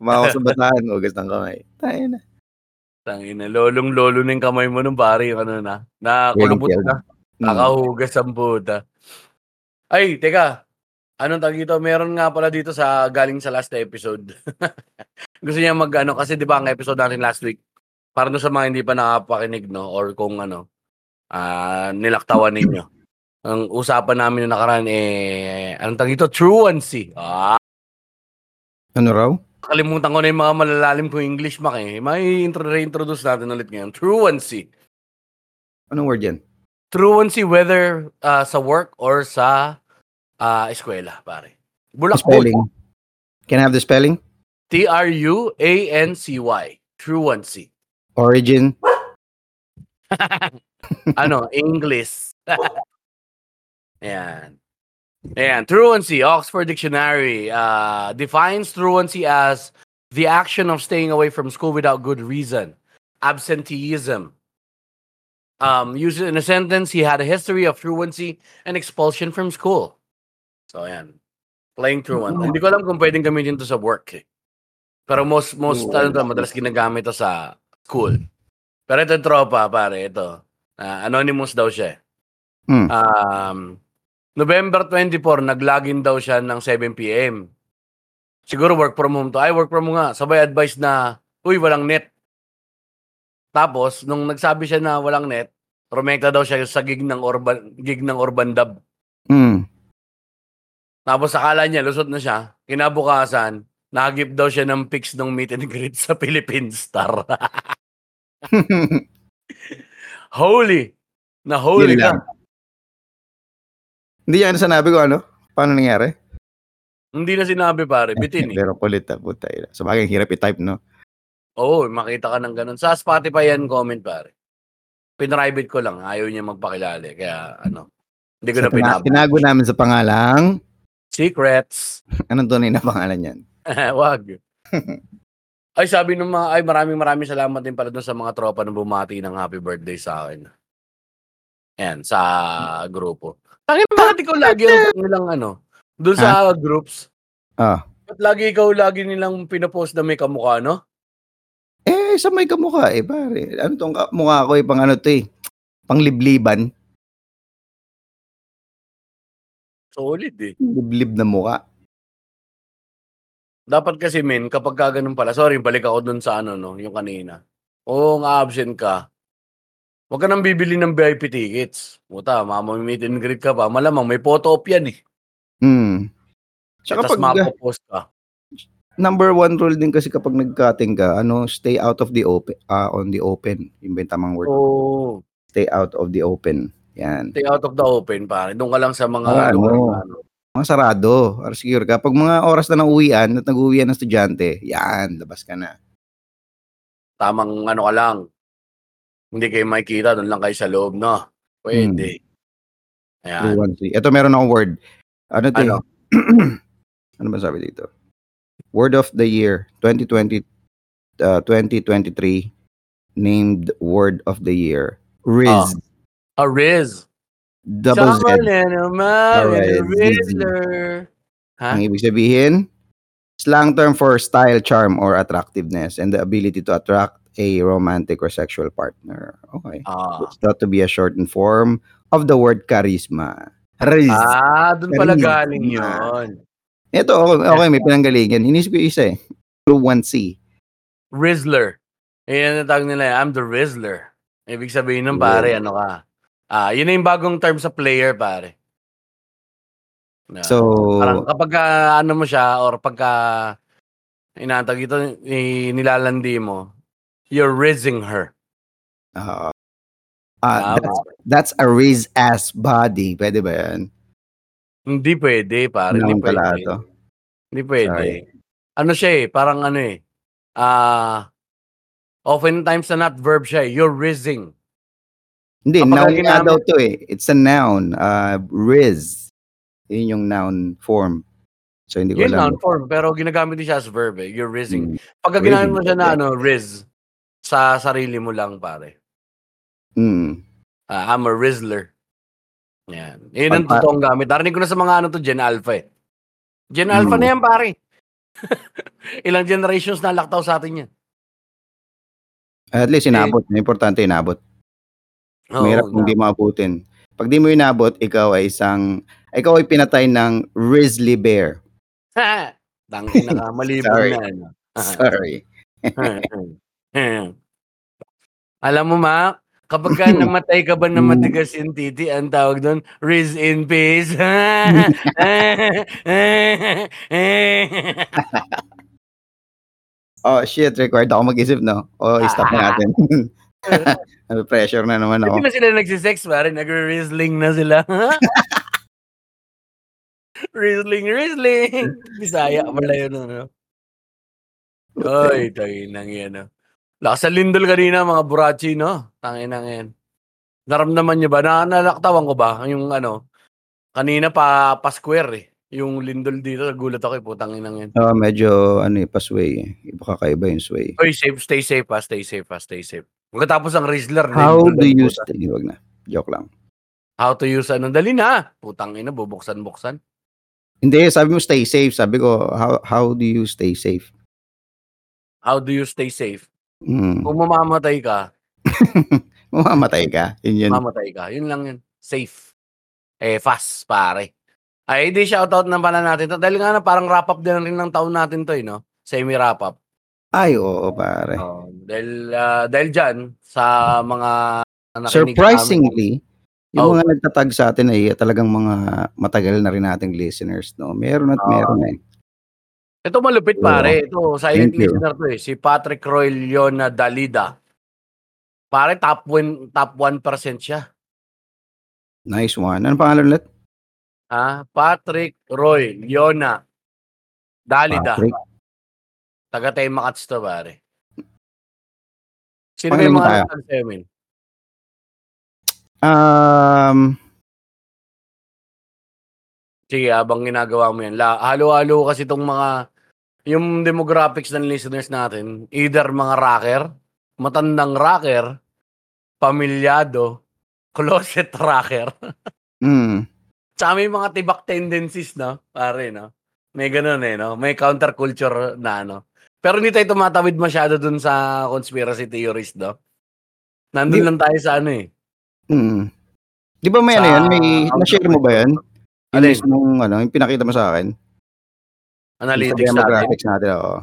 [SPEAKER 2] Kumakas sa bataan, hugas ng kamay. Tayo na.
[SPEAKER 1] Tangina, lolong lolo ng kamay mo nung pare yung ano na. Nakulubot
[SPEAKER 2] Wrinkle.
[SPEAKER 1] na.
[SPEAKER 2] Hmm.
[SPEAKER 1] Nakahugas ang puta. Ay, teka. Anong tag dito? Meron nga pala dito sa galing sa last episode. Gusto niya mag ano, kasi di ba ang episode natin last week, para doon sa mga hindi pa nakapakinig, no? Or kung ano, ah nilaktawan ninyo. Ang usapan namin na nakaraan, eh, anong tag dito? Truancy. Ah,
[SPEAKER 2] Ano raw?
[SPEAKER 1] kalimutan ko na yung mga malalalim kong English, Mac, eh. May intro- reintroduce natin ulit ngayon. Truancy.
[SPEAKER 2] Anong word yan?
[SPEAKER 1] truancy whether ah, sa work or sa ah, eskwela, pare. Bulakbol.
[SPEAKER 2] Spelling. Can I have the spelling?
[SPEAKER 1] T-R-U-A-N-C-Y. Truancy.
[SPEAKER 2] Origin.
[SPEAKER 1] Ano? English. Ayan. Ayan. Truancy, Oxford Dictionary, uh, defines truancy as the action of staying away from school without good reason. Absenteeism. Um, used in a sentence, he had a history of truancy and expulsion from school. So, ayan. Playing truant. Hindi ko alam kung pwedeng gamitin to sa work. eh. Pero most, most, ano to, madalas ginagamit to sa school. Pero ito tropa, pare, ito. Ah, anonymous daw siya. eh.
[SPEAKER 2] Hmm.
[SPEAKER 1] Um, November 24, nag-login daw siya ng 7 p.m. Siguro work from home to. Ay, work from home nga. Sabay advice na, uy, walang net. Tapos, nung nagsabi siya na walang net, rumekta daw siya sa gig ng Urban, gig ng Urban Dub.
[SPEAKER 2] Hmm.
[SPEAKER 1] Tapos akala niya, lusot na siya. Kinabukasan, nakagip daw siya ng pics ng meet and greet sa Philippine Star. holy! Na holy
[SPEAKER 2] Yun
[SPEAKER 1] ka.
[SPEAKER 2] lang. Hindi yan sinabi ko ano? Paano nangyari?
[SPEAKER 1] Hindi na sinabi pare, bitin eh.
[SPEAKER 2] Pero kulit ah, puta. ina. Sa bagay, hirap i-type, no?
[SPEAKER 1] Oo, makita ka ng ganun. Sa Spotify yan, comment pare. Pinrivate ko lang. Ayaw niya magpakilala. eh. Kaya ano, hindi ko na
[SPEAKER 2] Sa pina-
[SPEAKER 1] pinab-
[SPEAKER 2] tinago namin sa pangalang,
[SPEAKER 1] Secrets.
[SPEAKER 2] anong tunay na pangalan yan?
[SPEAKER 1] Wag. ay, sabi ng mga, ay maraming maraming salamat din pala dun sa mga tropa na bumati ng happy birthday sa akin. Ayan, sa grupo. Tangin bakit ikaw lagi ang nilang ano? Doon sa groups.
[SPEAKER 2] Ah.
[SPEAKER 1] Ba't lagi ikaw lagi nilang pinapost na may kamukha, no?
[SPEAKER 2] Eh, sa may kamukha eh, pare. Ano tong ka- mukha ko eh, pang ano to eh, pang libliban.
[SPEAKER 1] Solid eh.
[SPEAKER 2] Liblib na mukha.
[SPEAKER 1] Dapat kasi men, kapag ka ganun pala, sorry, balik ako dun sa ano, no, yung kanina. Oo, nga absent ka. Huwag ka nang bibili ng VIP tickets. Puta, mamamit and greet ka pa. Malamang may photo op yan eh.
[SPEAKER 2] Hmm. Tsaka
[SPEAKER 1] Tapos
[SPEAKER 2] pag
[SPEAKER 1] mapopost ka.
[SPEAKER 2] number one rule din kasi kapag nag-cutting ka, ano, stay out of the open, ah, on the open. Yung ba yung tamang
[SPEAKER 1] Oh.
[SPEAKER 2] word?
[SPEAKER 1] Oo.
[SPEAKER 2] Stay out of the open. Yan.
[SPEAKER 1] Stay out of the open, pare. Doon ka lang sa mga...
[SPEAKER 2] Ah,
[SPEAKER 1] lugar
[SPEAKER 2] ano.
[SPEAKER 1] na ano.
[SPEAKER 2] Mga sarado, or secure ka. Pag mga oras na nauwian at nag-uwian ng estudyante, yan, labas ka na.
[SPEAKER 1] Tamang ano ka lang. Hindi kayo makikita. Doon lang kayo sa loob, no? Pwede. Ayan.
[SPEAKER 2] Two, one, three. Ito, meron akong word. Ano to?
[SPEAKER 1] Ano?
[SPEAKER 2] eh? ano ba sabi dito? Word of the year, 2020, uh, 2023, named word of the year. Riz.
[SPEAKER 1] Ah. A Riz.
[SPEAKER 2] Double Z.
[SPEAKER 1] Summer little man and
[SPEAKER 2] Alright,
[SPEAKER 1] a
[SPEAKER 2] ZZ.
[SPEAKER 1] Rizzler. Ha?
[SPEAKER 2] Ang ibig sabihin, slang term for style, charm, or attractiveness and the ability to attract a romantic or sexual partner. Okay.
[SPEAKER 1] Ah.
[SPEAKER 2] It's thought to be a shortened form of the word charisma. Riz.
[SPEAKER 1] Ah, doon pala
[SPEAKER 2] Charisma.
[SPEAKER 1] galing yun.
[SPEAKER 2] Ito, okay, okay, may pinanggalingan. Inisip ko yung isa eh. True 1C.
[SPEAKER 1] Rizzler. Ayan ang tawag nila. I'm the Rizzler. Ibig sabihin nun, pare,
[SPEAKER 2] Yeah.
[SPEAKER 1] ano ka? Ah, yun na yung bagong term sa player, pare. Yeah.
[SPEAKER 2] So,
[SPEAKER 1] Parang kapag ah, ano mo siya or pagka inatag ito ni- nilalandi mo, you're rizzing her.
[SPEAKER 2] ah,
[SPEAKER 1] Ah,
[SPEAKER 2] ah, that's, that's a riz ass body. Pwede ba yan?
[SPEAKER 1] Hindi pwede, pare. Hindi
[SPEAKER 2] Hindi
[SPEAKER 1] pwede.
[SPEAKER 2] pala ito.
[SPEAKER 1] Hindi pwede.
[SPEAKER 2] Sorry.
[SPEAKER 1] Ano siya eh, parang ano eh. Ah, oftentimes na not verb siya eh. You're rizzing.
[SPEAKER 2] Hindi,
[SPEAKER 1] Kapag
[SPEAKER 2] noun nga
[SPEAKER 1] ginamit-
[SPEAKER 2] daw to eh. It's a noun. Uh, riz. Yun yung noun form. So, hindi ko
[SPEAKER 1] Yun
[SPEAKER 2] alam.
[SPEAKER 1] noun form, pero ginagamit din siya as verb eh. You're rizzing.
[SPEAKER 2] Mm.
[SPEAKER 1] Pagka ginamit mo
[SPEAKER 2] Rizzing,
[SPEAKER 1] siya na
[SPEAKER 2] okay.
[SPEAKER 1] ano, rizz, sa sarili mo lang pare.
[SPEAKER 2] Mm.
[SPEAKER 1] Ah, I'm a rizzler. Yan. Yun ang
[SPEAKER 2] Pagpa-
[SPEAKER 1] totoong gamit. Narinig ko na sa mga ano to, Gen Alpha eh. Gen Alpha
[SPEAKER 2] Mm.
[SPEAKER 1] na yan, pare. Ilang generations na laktaw sa atin yan.
[SPEAKER 2] At least inabot. Importante inabot.
[SPEAKER 1] Eh, Oo,
[SPEAKER 2] Mahirap kung
[SPEAKER 1] na-
[SPEAKER 2] di mo abutin. Pag di mo inabot, ikaw ay isang, ikaw ay pinatay ng grizzly bear.
[SPEAKER 1] Ha! Tangin na ka, malibog
[SPEAKER 2] Sorry.
[SPEAKER 1] na. Ano.
[SPEAKER 2] Sorry.
[SPEAKER 1] Alam mo, ma, kapag ka namatay ka ba na
[SPEAKER 2] Hmm.
[SPEAKER 1] matigas yung titi, ang tawag doon, Riz in peace.
[SPEAKER 2] Oh, shit. Required ako mag-isip, no? O, oh, stop na natin. Pressure na naman ako.
[SPEAKER 1] Hindi na sila nagsisex, pare. Nagre-rizzling na sila. rizzling, rizzling. Bisaya pala yun, ano. Ay, tanginang yan, no. Lakas sa lindol kanina, mga burachi, no? Tanginang yan. Naramdaman niyo ba? Na, nalaktawan ko ba? Yung ano, kanina pa, pa square, eh. Yung lindol dito, nagulat ako, eh, putang inang yan.
[SPEAKER 2] Oh, medyo, ano eh, pasway eh. Iba kakaiba yung sway.
[SPEAKER 1] Oy, safe, stay safe, ha, stay safe, ha, stay safe. Pagkatapos ang Rizzler,
[SPEAKER 2] How
[SPEAKER 1] lindol
[SPEAKER 2] do
[SPEAKER 1] na,
[SPEAKER 2] you
[SPEAKER 1] puta.
[SPEAKER 2] stay? Wag na. Joke lang.
[SPEAKER 1] How to use, ano, dali na. Putang ina, bubuksan-buksan.
[SPEAKER 2] Hindi, sabi mo stay safe. Sabi ko, how, how do you stay safe?
[SPEAKER 1] How do you stay safe?
[SPEAKER 2] Mm.
[SPEAKER 1] Kung mamamatay ka,
[SPEAKER 2] Mamamatay ka. Yun yun.
[SPEAKER 1] mamatay ka. Yun lang yun. Safe. Eh, fast, pare. Ay, di shoutout na pala natin to. Dahil nga na parang wrap-up din rin ng taon natin to, eh, no? Semi-wrap-up.
[SPEAKER 2] Ay, oo, pare.
[SPEAKER 1] Oo. dahil, ah, dahil dyan, sa mga nakinig sa amin-
[SPEAKER 2] Surprisingly, yung
[SPEAKER 1] Oh.
[SPEAKER 2] mga nagtatag sa atin ay talagang mga matagal na rin nating listeners, no? Meron at
[SPEAKER 1] Ah.
[SPEAKER 2] meron eh.
[SPEAKER 1] Ito malupit, pare. Ito, silent
[SPEAKER 2] Thank you.
[SPEAKER 1] listener to, eh. Si Patrick Roy Leona Dalida. Pare, top 1, top 1% siya.
[SPEAKER 2] Nice one. Ano pangalan ulit?
[SPEAKER 1] Ha? Patrick Roy Leona Dalida.
[SPEAKER 2] Patrick.
[SPEAKER 1] Taga Taymacats to, pare. Sino ba yung
[SPEAKER 2] Pangalawa
[SPEAKER 1] mga nasa Emil?
[SPEAKER 2] Um,
[SPEAKER 1] Sige, habang ginagawa mo yan. La, halo-halo kasi itong mga, yung demographics ng listeners natin, either mga rocker, matandang rocker, pamilyado, closet rocker.
[SPEAKER 2] mm,
[SPEAKER 1] Tsaka may mga tibak tendencies, no? Pare, no? May ganun eh, no? May counterculture na, ano? Pero hindi tayo tumatawid masyado dun sa conspiracy theories, no? Nandun
[SPEAKER 2] Hindi.
[SPEAKER 1] lang tayo sa ano eh.
[SPEAKER 2] mm. Di ba may
[SPEAKER 1] Sa-
[SPEAKER 2] ano yan? May, na-share mo ba yan? Yung
[SPEAKER 1] Alin?
[SPEAKER 2] mismong, ano, yung pinakita mo sa akin? Yung
[SPEAKER 1] Analytics
[SPEAKER 2] sa
[SPEAKER 1] natin.
[SPEAKER 2] graphics natin, oo.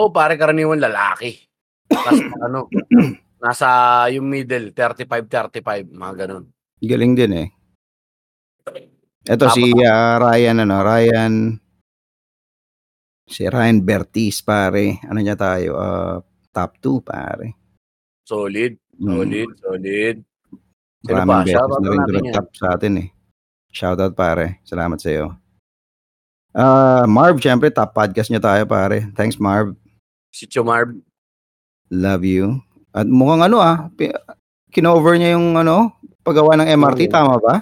[SPEAKER 1] Oh, pare karaniwan lalaki. Tapos ano, nasa yung middle, 35-35, mga ganun.
[SPEAKER 2] Galing din eh. Ito
[SPEAKER 1] Tama.
[SPEAKER 2] si ah, Ryan, ano, Ryan, si Ryan Bertis, pare. Ano niya tayo? Ah, top 2, pare.
[SPEAKER 1] Solid,
[SPEAKER 2] Mm.
[SPEAKER 1] solid, solid. Sino
[SPEAKER 2] Maraming
[SPEAKER 1] pa?
[SPEAKER 2] beses
[SPEAKER 1] Shoutout na
[SPEAKER 2] na rin
[SPEAKER 1] natin yan.
[SPEAKER 2] tumagtap sa atin eh. Shoutout pare. Salamat sa iyo. Ah, Marv, syempre top podcast niya tayo pare. Thanks Marv.
[SPEAKER 1] Si Chumarb,
[SPEAKER 2] Love you. At mukhang ano ah, pi- kinover niya yung ano, paggawa ng MRT,
[SPEAKER 1] Oo.
[SPEAKER 2] tama ba?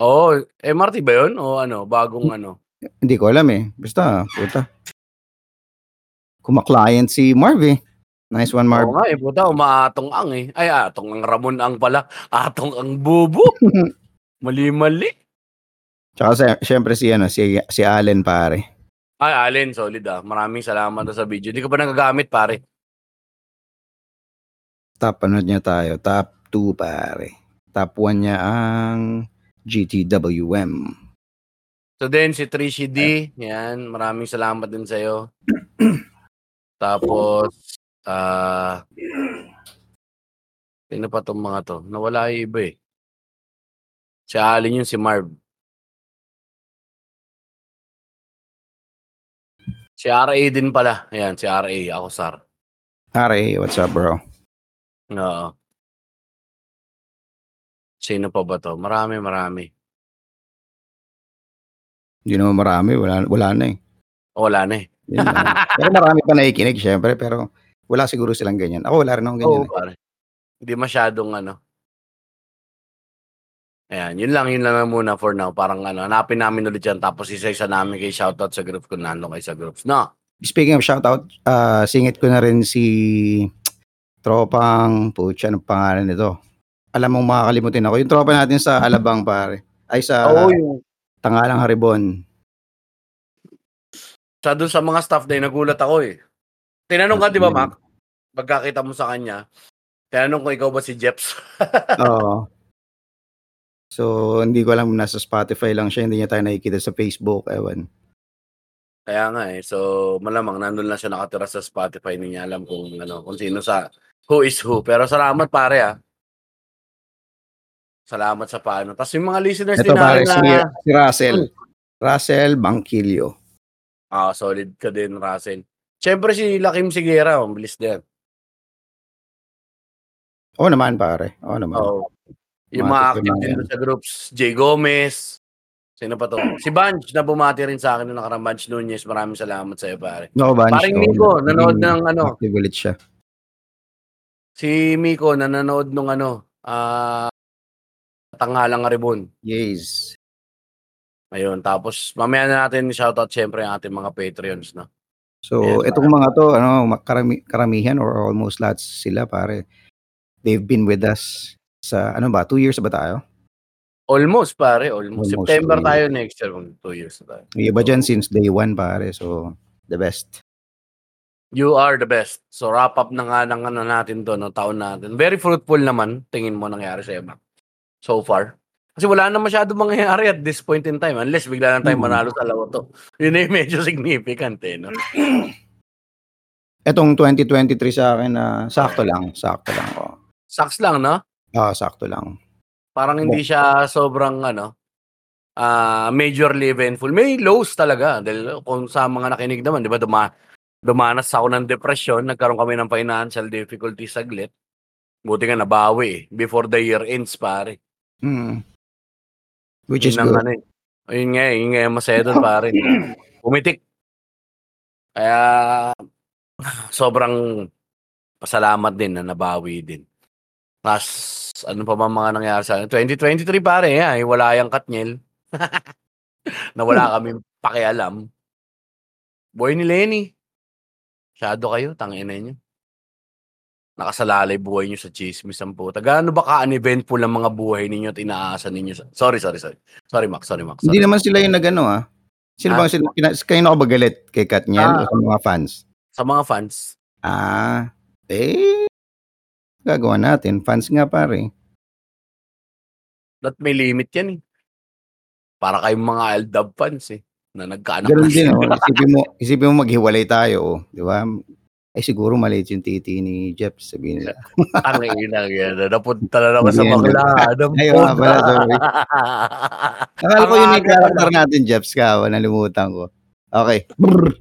[SPEAKER 1] oh, MRT ba yun? O ano,
[SPEAKER 2] Hmm.
[SPEAKER 1] bagong ano?
[SPEAKER 2] Hindi ko alam eh. Basta, puta. Kumaklient si Marv eh. Nice one,
[SPEAKER 1] Oo
[SPEAKER 2] Marv.
[SPEAKER 1] nga eh, puta, umaatong ang eh. Ay, atong ang Ramon ang pala. Atong ang bubo. Mali-mali.
[SPEAKER 2] Tsaka sy- syempre si, ano, si, si Allen pare.
[SPEAKER 1] Ay, Allen, solid ah. Maraming salamat ah sa video. Hindi ko pa nagagamit, pare.
[SPEAKER 2] Top ano niya tayo? Top 2 pare. Top 1 niya ang GTWM.
[SPEAKER 1] So then, si Trishy D, yan, maraming salamat din sa'yo. Tapos, ah, sino pa tong mga to? Nawala yung iba eh. Si Allen yun, si Marv. Si RA din pala. Ayan, si RA. Ako, Sar.
[SPEAKER 2] Ari, what's up, bro?
[SPEAKER 1] Oo. Sino pa ba to? Marami, marami.
[SPEAKER 2] Hindi naman marami, wala, wala na eh.
[SPEAKER 1] Wala na eh.
[SPEAKER 2] Yun lang. pero marami pa nakikinig, syempre, pero wala siguro silang ganyan. Ako wala rin akong ganyan. eh.
[SPEAKER 1] Oo, pare. eh, Hindi masyadong ano. Ayan, yun lang, yun lang na muna for now. Parang ano, hanapin namin ulit yan. Tapos isa-isa namin kay shoutout sa group kung nandun kayo sa groups. No?
[SPEAKER 2] eh. Speaking of shoutout, ah, singit ko na rin si tropang, putya, anong pangalan nito? Alam mong makakalimutin ako. Yung tropa natin sa Alabang, pare. Ay, sa
[SPEAKER 1] yung...
[SPEAKER 2] Tangalang Haribon.
[SPEAKER 1] Sa dun sa mga staff na yun, nagulat ako eh. Tinanong ka, di ba, Mac? Pagkakita mo sa kanya, tinanong ko ikaw ba si Jeps?
[SPEAKER 2] Oo. So, hindi ko alam, nasa Spotify lang siya, hindi niya tayo nakikita sa Facebook, ewan.
[SPEAKER 1] Kaya nga eh. So, malamang nandun lang siya nakatira sa Spotify. Hindi niya alam kung, ano, kung sino sa who is who. Pero salamat pare ah. Salamat sa paano. Tapos yung mga listeners
[SPEAKER 2] Ito,
[SPEAKER 1] din
[SPEAKER 2] pare,
[SPEAKER 1] natin
[SPEAKER 2] si,
[SPEAKER 1] na...
[SPEAKER 2] si Russell. Russell Bangkilio.
[SPEAKER 1] Ah, solid ka din, Russell. Siyempre si Lakim Sigera, mabilis din.
[SPEAKER 2] Oo naman, pare. Oo naman.
[SPEAKER 1] Oo. Oh, Yung
[SPEAKER 2] Mga
[SPEAKER 1] mga
[SPEAKER 2] tatlo
[SPEAKER 1] active
[SPEAKER 2] lang
[SPEAKER 1] din
[SPEAKER 2] yan.
[SPEAKER 1] doon sa groups, Jay Gomez, sino pa to? Si Bunch, na bumati rin sa akin noong nakarang Bunch Nunez. Maraming salamat sa iyo, pare.
[SPEAKER 2] No, Bansh.
[SPEAKER 1] Paring Miko, nanood ng ano,
[SPEAKER 2] Mm. Active ulit siya.
[SPEAKER 1] si Miko na nanood nung ano, ah, Tanghalang Aribon.
[SPEAKER 2] Yes.
[SPEAKER 1] Ayun, tapos mamaya na natin shoutout syempre ang ating mga Patreons, no?
[SPEAKER 2] So,
[SPEAKER 1] Yes,
[SPEAKER 2] itong mga to, ano, ma- karami, karamihan or almost lahat sila, pare. They've been with us sa, ano ba, two years ba tayo?
[SPEAKER 1] Almost, pare, almost.
[SPEAKER 2] Almost,
[SPEAKER 1] September
[SPEAKER 2] two
[SPEAKER 1] tayo next year, mag two years na tayo.
[SPEAKER 2] Yung iba dyan since day one, pare. So, the best.
[SPEAKER 1] You are the best. So wrap up na nga ng ano natin to, no, taon natin. Very fruitful naman, tingin mo nangyari sa Emak. So far. Kasi wala na masyado mangyayari at this point in time. Unless bigla lang tayo
[SPEAKER 2] Hmm.
[SPEAKER 1] manalo sa Lotto. Yun na yung medyo significant eh, no?
[SPEAKER 2] Itong 2023 sa akin, na sakto lang. Sakto lang. Oh.
[SPEAKER 1] Sucks lang, no?
[SPEAKER 2] Ah, sakto lang.
[SPEAKER 1] Parang hindi siya sobrang ano, ah majorly eventful. May lows talaga dahil kung sa mga nakinig naman, 'di ba, duma dumanas ako ng depression, nagkaroon kami ng financial difficulty saglit. Buti nga nabawi eh, before the year ends pare.
[SPEAKER 2] Hmm. Which is
[SPEAKER 1] Yun ang
[SPEAKER 2] good.
[SPEAKER 1] ano eh. Ayun nga, eh, yun nga yung masaya doon pare. Pumitik. Kaya sobrang pasalamat din na nabawi din. Tapos, ano pa ba mga nangyari sa 2023 pare, ha? Wala yung Katniel. na wala kami pakialam. Boy ni Lenny. Masyado kayo, tangina nyo. Nakasalalay buhay nyo sa chismis ang puta. Gaano ba ka-uneventful ang mga buhay ninyo at inaasa ninyo? Sa... Sorry, sorry, sorry. Sorry, Max. Sorry, Max.
[SPEAKER 2] Hindi
[SPEAKER 1] Sorry.
[SPEAKER 2] naman sila yung nagano ah. Sino
[SPEAKER 1] Ah.
[SPEAKER 2] bang sila? Kina, kayo na ako ba galit kay
[SPEAKER 1] Ah.
[SPEAKER 2] Katniel o sa mga fans?
[SPEAKER 1] Sa mga fans,
[SPEAKER 2] Ah, eh, gagawa natin. Fans nga pare.
[SPEAKER 1] that may limit yan eh. Para kayong mga Aldab fans eh. Na nagkaanak
[SPEAKER 2] Ganun
[SPEAKER 1] na
[SPEAKER 2] din
[SPEAKER 1] sila.
[SPEAKER 2] oh. Isipin mo, isipin mo maghiwalay tayo oh. Di ba? Ay siguro maliit yung titi ni Jeff, sabihin nila.
[SPEAKER 1] Ang ina yan. Napunta na naman sa
[SPEAKER 2] Hindi, hindi.
[SPEAKER 1] bakla. Anong
[SPEAKER 2] Ayaw nga pala, sorry.
[SPEAKER 1] puta.
[SPEAKER 2] Akala ko
[SPEAKER 1] Ang
[SPEAKER 2] yun yung
[SPEAKER 1] aga
[SPEAKER 2] character natin, Jeff, ka. oh, Nalimutan ko. Okay. Brr.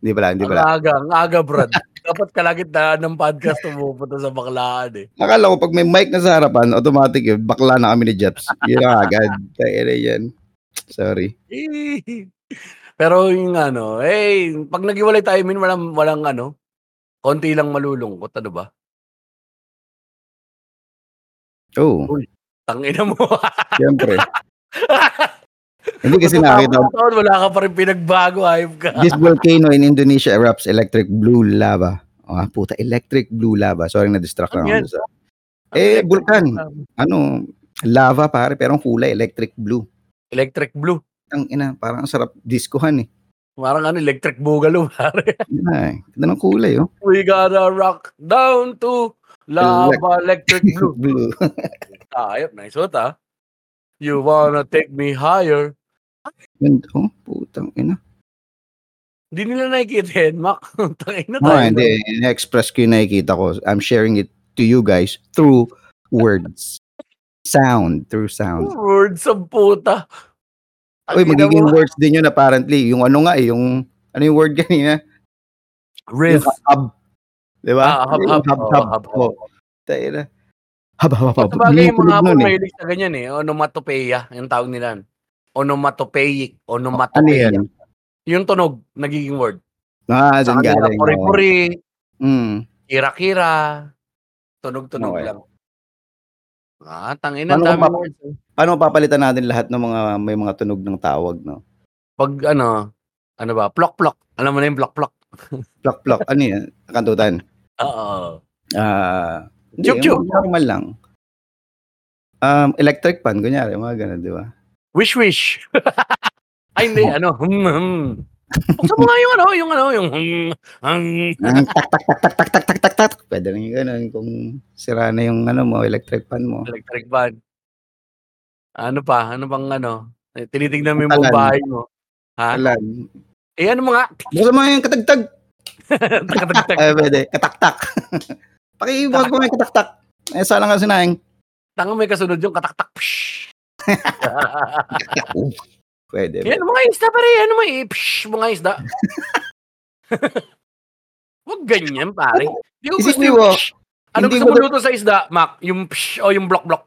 [SPEAKER 2] Hindi pala, hindi
[SPEAKER 1] Ang
[SPEAKER 2] pala.
[SPEAKER 1] aga, ang aga, Brad. Dapat kalagitnaan ng podcast pumupunta sa baklaan eh.
[SPEAKER 2] Akala ko pag may mic na sa harapan, automatic yun, bakla na kami ni Jeps. Yun na agad. Tayo na yan. Sorry.
[SPEAKER 1] Pero yung ano, eh, pag naghiwalay tayo, min, walang, walang ano, konti lang malulungkot, ano ba?
[SPEAKER 2] Oh,
[SPEAKER 1] Tangina mo.
[SPEAKER 2] syempre. Hindi kasi nakita ko,
[SPEAKER 1] Taon, wala ka pa rin pinagbago, ayop ka.
[SPEAKER 2] this volcano in Indonesia erupts electric blue lava. Oh, puta, electric blue lava. Sorry, na-distract lang
[SPEAKER 1] Ano
[SPEAKER 2] ako.
[SPEAKER 1] yan?
[SPEAKER 2] sa- Eh, bulkan. Ano, lava pare, pero ang kulay, electric blue.
[SPEAKER 1] Electric blue.
[SPEAKER 2] Ang ina, parang ang sarap diskuhan eh.
[SPEAKER 1] Parang ano, electric boogaloo, pare.
[SPEAKER 2] Yun na eh. Ganda ng kulay, oh.
[SPEAKER 1] We gotta rock down to lava electric blue.
[SPEAKER 2] blue.
[SPEAKER 1] Ah, ayop, nice shot, ah. You wanna take me higher?
[SPEAKER 2] Ganda, oh, putang ina.
[SPEAKER 1] Hindi nila nakikita yan, Mac. Tangina
[SPEAKER 2] No,
[SPEAKER 1] tayo.
[SPEAKER 2] Ah, hindi. In-express ko yung nakikita ko. I'm sharing it to you guys through words. Sound. Through sound.
[SPEAKER 1] Words sa puta.
[SPEAKER 2] Uy,
[SPEAKER 1] Tangina
[SPEAKER 2] magiging
[SPEAKER 1] mo.
[SPEAKER 2] words din yun apparently. Yung ano nga, eh, yung... Ano yung word kanina?
[SPEAKER 1] Riff.
[SPEAKER 2] Yung hab. Di ba?
[SPEAKER 1] Ah, hab, hab. Oo,
[SPEAKER 2] Yung hab,
[SPEAKER 1] hab,
[SPEAKER 2] hab.
[SPEAKER 1] hab.
[SPEAKER 2] Oh, tayo na. Hab, hab, hab. hab.
[SPEAKER 1] Sabagay yung mga
[SPEAKER 2] Tunog
[SPEAKER 1] ako
[SPEAKER 2] nun eh.
[SPEAKER 1] mahilig sa ganyan eh. Onomatopeya. Yung tawag nila. Onomatopeic.
[SPEAKER 2] Ano
[SPEAKER 1] Onomatopeya.
[SPEAKER 2] yan?
[SPEAKER 1] Yung tunog. Nagiging word.
[SPEAKER 2] Ah, dyan
[SPEAKER 1] kanila,
[SPEAKER 2] galing. oo.
[SPEAKER 1] Puri-puri.
[SPEAKER 2] Mm.
[SPEAKER 1] Kira-kira. Tunog-tunog
[SPEAKER 2] Okay.
[SPEAKER 1] lang. Ah, tangina. Ano
[SPEAKER 2] Paano
[SPEAKER 1] dami
[SPEAKER 2] kung
[SPEAKER 1] words. eh.
[SPEAKER 2] Paano papalitan natin lahat ng mga may mga tunog ng tawag, no?
[SPEAKER 1] Pag ano, ano ba? Plok-plok. Alam mo na yung plok-plok.
[SPEAKER 2] Plak, plak. ano yan? Kantutan.
[SPEAKER 1] Oo.
[SPEAKER 2] Ah, hindi,
[SPEAKER 1] Chup, chup.
[SPEAKER 2] yung Normal lang. Um, electric pan, kunyari, mga ganun, di ba?
[SPEAKER 1] Wish-wish. Ay, hindi. Ano? Hmm, hmm. Buksan mo nga yung ano, yung ano, yung hmm, hmm.
[SPEAKER 2] Ang tak, tak, tak, tak, tak, tak, tak, tak, tak. Pwede rin yung ganun kung sira na yung ano mo, electric pan mo.
[SPEAKER 1] Electric van. Ano pa? Ano bang ano? Eh, Tinitignan mo yung
[SPEAKER 2] Talan.
[SPEAKER 1] buong bahay mo. Ha?
[SPEAKER 2] Alam.
[SPEAKER 1] Eh, ano mga?
[SPEAKER 2] Basta mga yung katagtag.
[SPEAKER 1] Takatagtag.
[SPEAKER 2] Ay, pwede. Kataktak. Pakibag mo yung kataktak. Eh, saan lang kasi naing.
[SPEAKER 1] Tanga may kasunod yung kataktak. Psh.
[SPEAKER 2] Pwede.
[SPEAKER 1] Eh, ano mga isda pare? Ano mga eh, psh, mga isda? Huwag ganyan, pare. Di ko gusto
[SPEAKER 2] Isipin
[SPEAKER 1] yung
[SPEAKER 2] mo,
[SPEAKER 1] psh. Ano
[SPEAKER 2] hindi
[SPEAKER 1] gusto
[SPEAKER 2] mo
[SPEAKER 1] mo
[SPEAKER 2] na-
[SPEAKER 1] luto sa isda, Mac? Yung psh o yung blok-blok?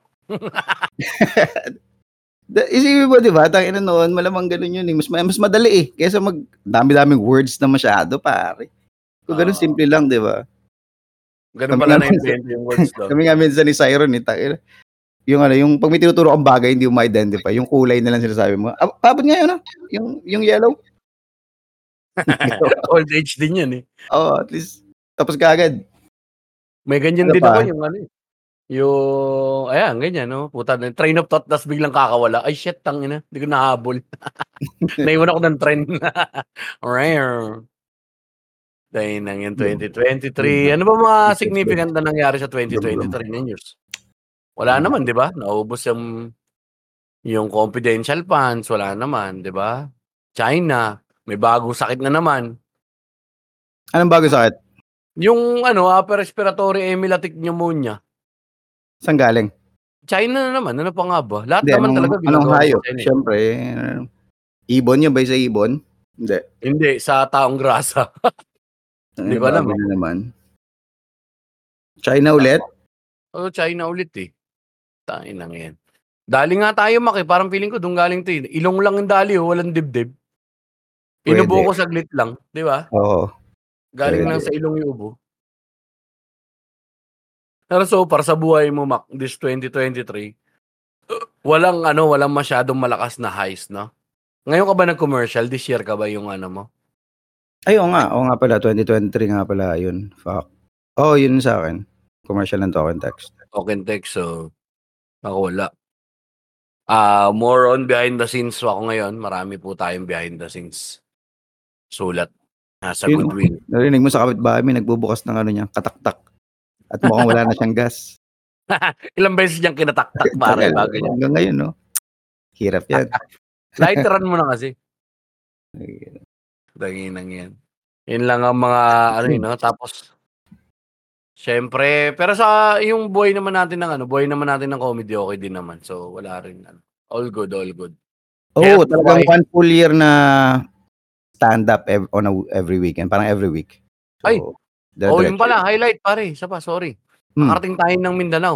[SPEAKER 2] Da- Isipin mo, di ba? Tangina noon, malamang ganun yun. eh. Mas, ma- mas madali eh. Kesa mag dami-daming words na masyado, pare. Kung ganun,
[SPEAKER 1] Ah.
[SPEAKER 2] simple lang, di ba?
[SPEAKER 1] Ganun
[SPEAKER 2] Kami
[SPEAKER 1] pala na
[SPEAKER 2] naman-
[SPEAKER 1] yung yung words daw.
[SPEAKER 2] Kami nga minsan ni Siron, eh, tangina. yung ano, yung pag may tinuturo kang bagay, hindi mo ma-identify. Yung kulay na lang sinasabi mo. Ah, Abot nga yun, ah. Yung, yung yellow.
[SPEAKER 1] Old age din yan eh.
[SPEAKER 2] oh, at least, tapos kaagad.
[SPEAKER 1] May ganyan
[SPEAKER 2] Ano
[SPEAKER 1] din
[SPEAKER 2] pa?
[SPEAKER 1] ako yung ano eh. Yung, ayan, ganyan, no? Puta, na- train of thought, tapos biglang kakawala. Ay, shit, tangina. Hindi ko nahabol. Naiwan ako ng trend. Rare. Dahil nang yung 2023. Ano ba mga significant na nangyari sa 2023 ninyos? Wala naman, di ba? Naubos yung yung confidential funds. Wala naman, di ba? China. May bagong sakit na naman.
[SPEAKER 2] Anong bago sakit?
[SPEAKER 1] Yung ano, upper respiratory amylotic pneumonia.
[SPEAKER 2] Saan galing?
[SPEAKER 1] China na naman, ano pa nga ba? Lahat
[SPEAKER 2] Hindi,
[SPEAKER 1] naman
[SPEAKER 2] anong,
[SPEAKER 1] talaga
[SPEAKER 2] anong
[SPEAKER 1] ginagawa sa
[SPEAKER 2] hayop?
[SPEAKER 1] China eh.
[SPEAKER 2] Siyempre, ano, ibon yun ba sa ibon? Hindi.
[SPEAKER 1] Hindi, sa taong grasa. Hindi ko alam,
[SPEAKER 2] Bago na naman. China ulit?
[SPEAKER 1] O, China ulit eh. Tain lang yan. Dali nga tayo, Maki. Parang feeling ko, doon galing to eh. Ilong lang ang dali, oh, walang dibdib. Inubo
[SPEAKER 2] Pwede.
[SPEAKER 1] ko saglit lang, di ba?
[SPEAKER 2] Oo.
[SPEAKER 1] Galing
[SPEAKER 2] Pwede.
[SPEAKER 1] lang sa ilong yung ubo. Pero so far sa buhay mo, Mac, this 2023, uh, walang ano, walang masyadong malakas na highs, no? Ngayon ka ba nag-commercial? This year ka ba yung ano mo?
[SPEAKER 2] Ay, oo nga. Oo nga pala. 2023 nga pala. Yun. Fuck. Oo, oh, yun sa akin. Commercial ng token text.
[SPEAKER 1] Token tech, so ako wala. Ah, more on behind the scenes po ako ngayon. Marami po tayong behind the scenes sulat nasa
[SPEAKER 2] Yun.
[SPEAKER 1] Goodwill.
[SPEAKER 2] Narinig mo sa kapitbahay, may nagbubukas ng ano niya, kataktak. At mukhang wala na siyang gas.
[SPEAKER 1] Ilang beses niyang kinataktak para
[SPEAKER 2] Tagal.
[SPEAKER 1] bago niya.
[SPEAKER 2] Hanggang ngayon, no? Hirap yan.
[SPEAKER 1] Lighteran mo na kasi. Danginang yan. Yun lang ang mga ano yun, no? Tapos, syempre, pero sa yung buhay naman natin ng ano, buhay naman natin ng comedy, okay din naman. So, wala rin. Ano. All good, all good.
[SPEAKER 2] Oo,
[SPEAKER 1] Kaya-
[SPEAKER 2] talagang one full year na stand-up ev- on a, every weekend. Parang every week.
[SPEAKER 1] Ay.
[SPEAKER 2] dire-
[SPEAKER 1] oh, yun
[SPEAKER 2] diretso.
[SPEAKER 1] pala, highlight pare. Isa pa, sorry.
[SPEAKER 2] Hmm.
[SPEAKER 1] Nakarating tayo ng Mindanao.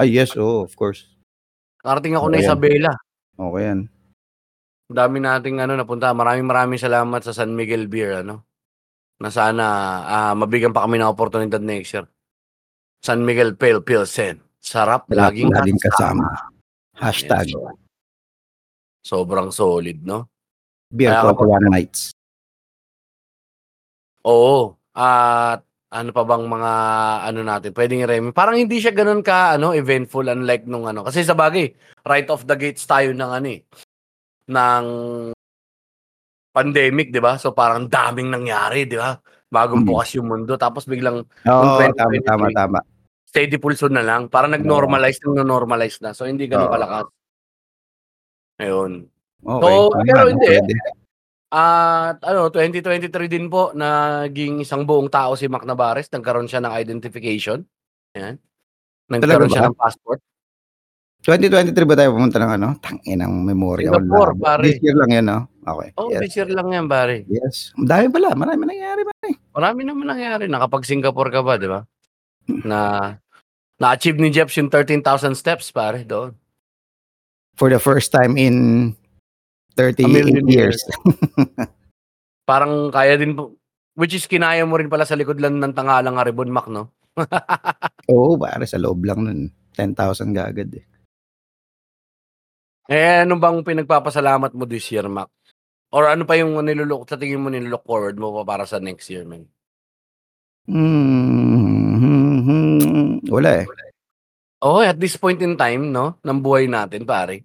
[SPEAKER 2] Ay, yes. Oo, of course.
[SPEAKER 1] Nakarating ako na
[SPEAKER 2] Ayan.
[SPEAKER 1] Isabela.
[SPEAKER 2] Okay yan.
[SPEAKER 1] Ang dami nating ano napunta. Maraming maraming salamat sa San Miguel Beer ano. Na sana ah, mabigyan pa kami ng oportunidad next year. San Miguel Pale Pilsen. Sarap laging,
[SPEAKER 2] Laging
[SPEAKER 1] kasama.
[SPEAKER 2] kasama. Hashtag.
[SPEAKER 1] Yes. Sobrang solid, no?
[SPEAKER 2] Beer
[SPEAKER 1] Kaya
[SPEAKER 2] for
[SPEAKER 1] kapag-
[SPEAKER 2] one nights.
[SPEAKER 1] Oo. At ano pa bang mga ano natin, pwedeng remi. Parang hindi siya ganun ka ano, eventful unlike nung ano. Kasi sa bagay, right off the gates tayo ng ano eh, ng pandemic, 'di ba? So parang daming nangyari, 'di ba? Bagong
[SPEAKER 2] Mm.
[SPEAKER 1] bukas yung mundo tapos biglang
[SPEAKER 2] Oo,
[SPEAKER 1] Yung
[SPEAKER 2] tama,
[SPEAKER 1] 2023.
[SPEAKER 2] tama, tama.
[SPEAKER 1] steady pulso na lang. Parang nag-normalize nang normalize na. So hindi ganun
[SPEAKER 2] Oo.
[SPEAKER 1] kalakas. Ayun.
[SPEAKER 2] Okay.
[SPEAKER 1] So,
[SPEAKER 2] Tama,
[SPEAKER 1] pero hindi.
[SPEAKER 2] pwede.
[SPEAKER 1] At ano, 2023 din po, naging isang buong tao si Mac Navarez. Nagkaroon siya ng identification. Ayan. Nagkaroon
[SPEAKER 2] Talaga ba?
[SPEAKER 1] siya ng passport.
[SPEAKER 2] 2023 ba tayo pumunta ng ano? Tangin ang memorya.
[SPEAKER 1] Singapore, pare.
[SPEAKER 2] This year lang yan, no? Okay.
[SPEAKER 1] Oh,
[SPEAKER 2] yes.
[SPEAKER 1] this year lang yan, pare.
[SPEAKER 2] yes. Ang dami pala. Marami nangyari, eh. pare.
[SPEAKER 1] Marami naman nangyari. Nakapag-Singapore ka ba, di ba? Na na-achieve ni Jeps yung 13,000 steps, pare, doon.
[SPEAKER 2] For the first time in
[SPEAKER 1] A
[SPEAKER 2] 38
[SPEAKER 1] million
[SPEAKER 2] years.
[SPEAKER 1] Parang kaya din po. Which is kinaya mo rin pala sa likod lang ng tangalang nga ribbon, Mac, no?
[SPEAKER 2] Oo, pare. Sa loob lang nun. 10,000 gagad eh.
[SPEAKER 1] Eh, ano bang pinagpapasalamat mo this year, Mac? Or ano pa yung nilulok, sa tingin mo nilook forward mo pa para sa next year, man?
[SPEAKER 2] Hmm, hmm, hmm. Wala eh.
[SPEAKER 1] Oh, at this point in time, no, ng buhay natin, pare.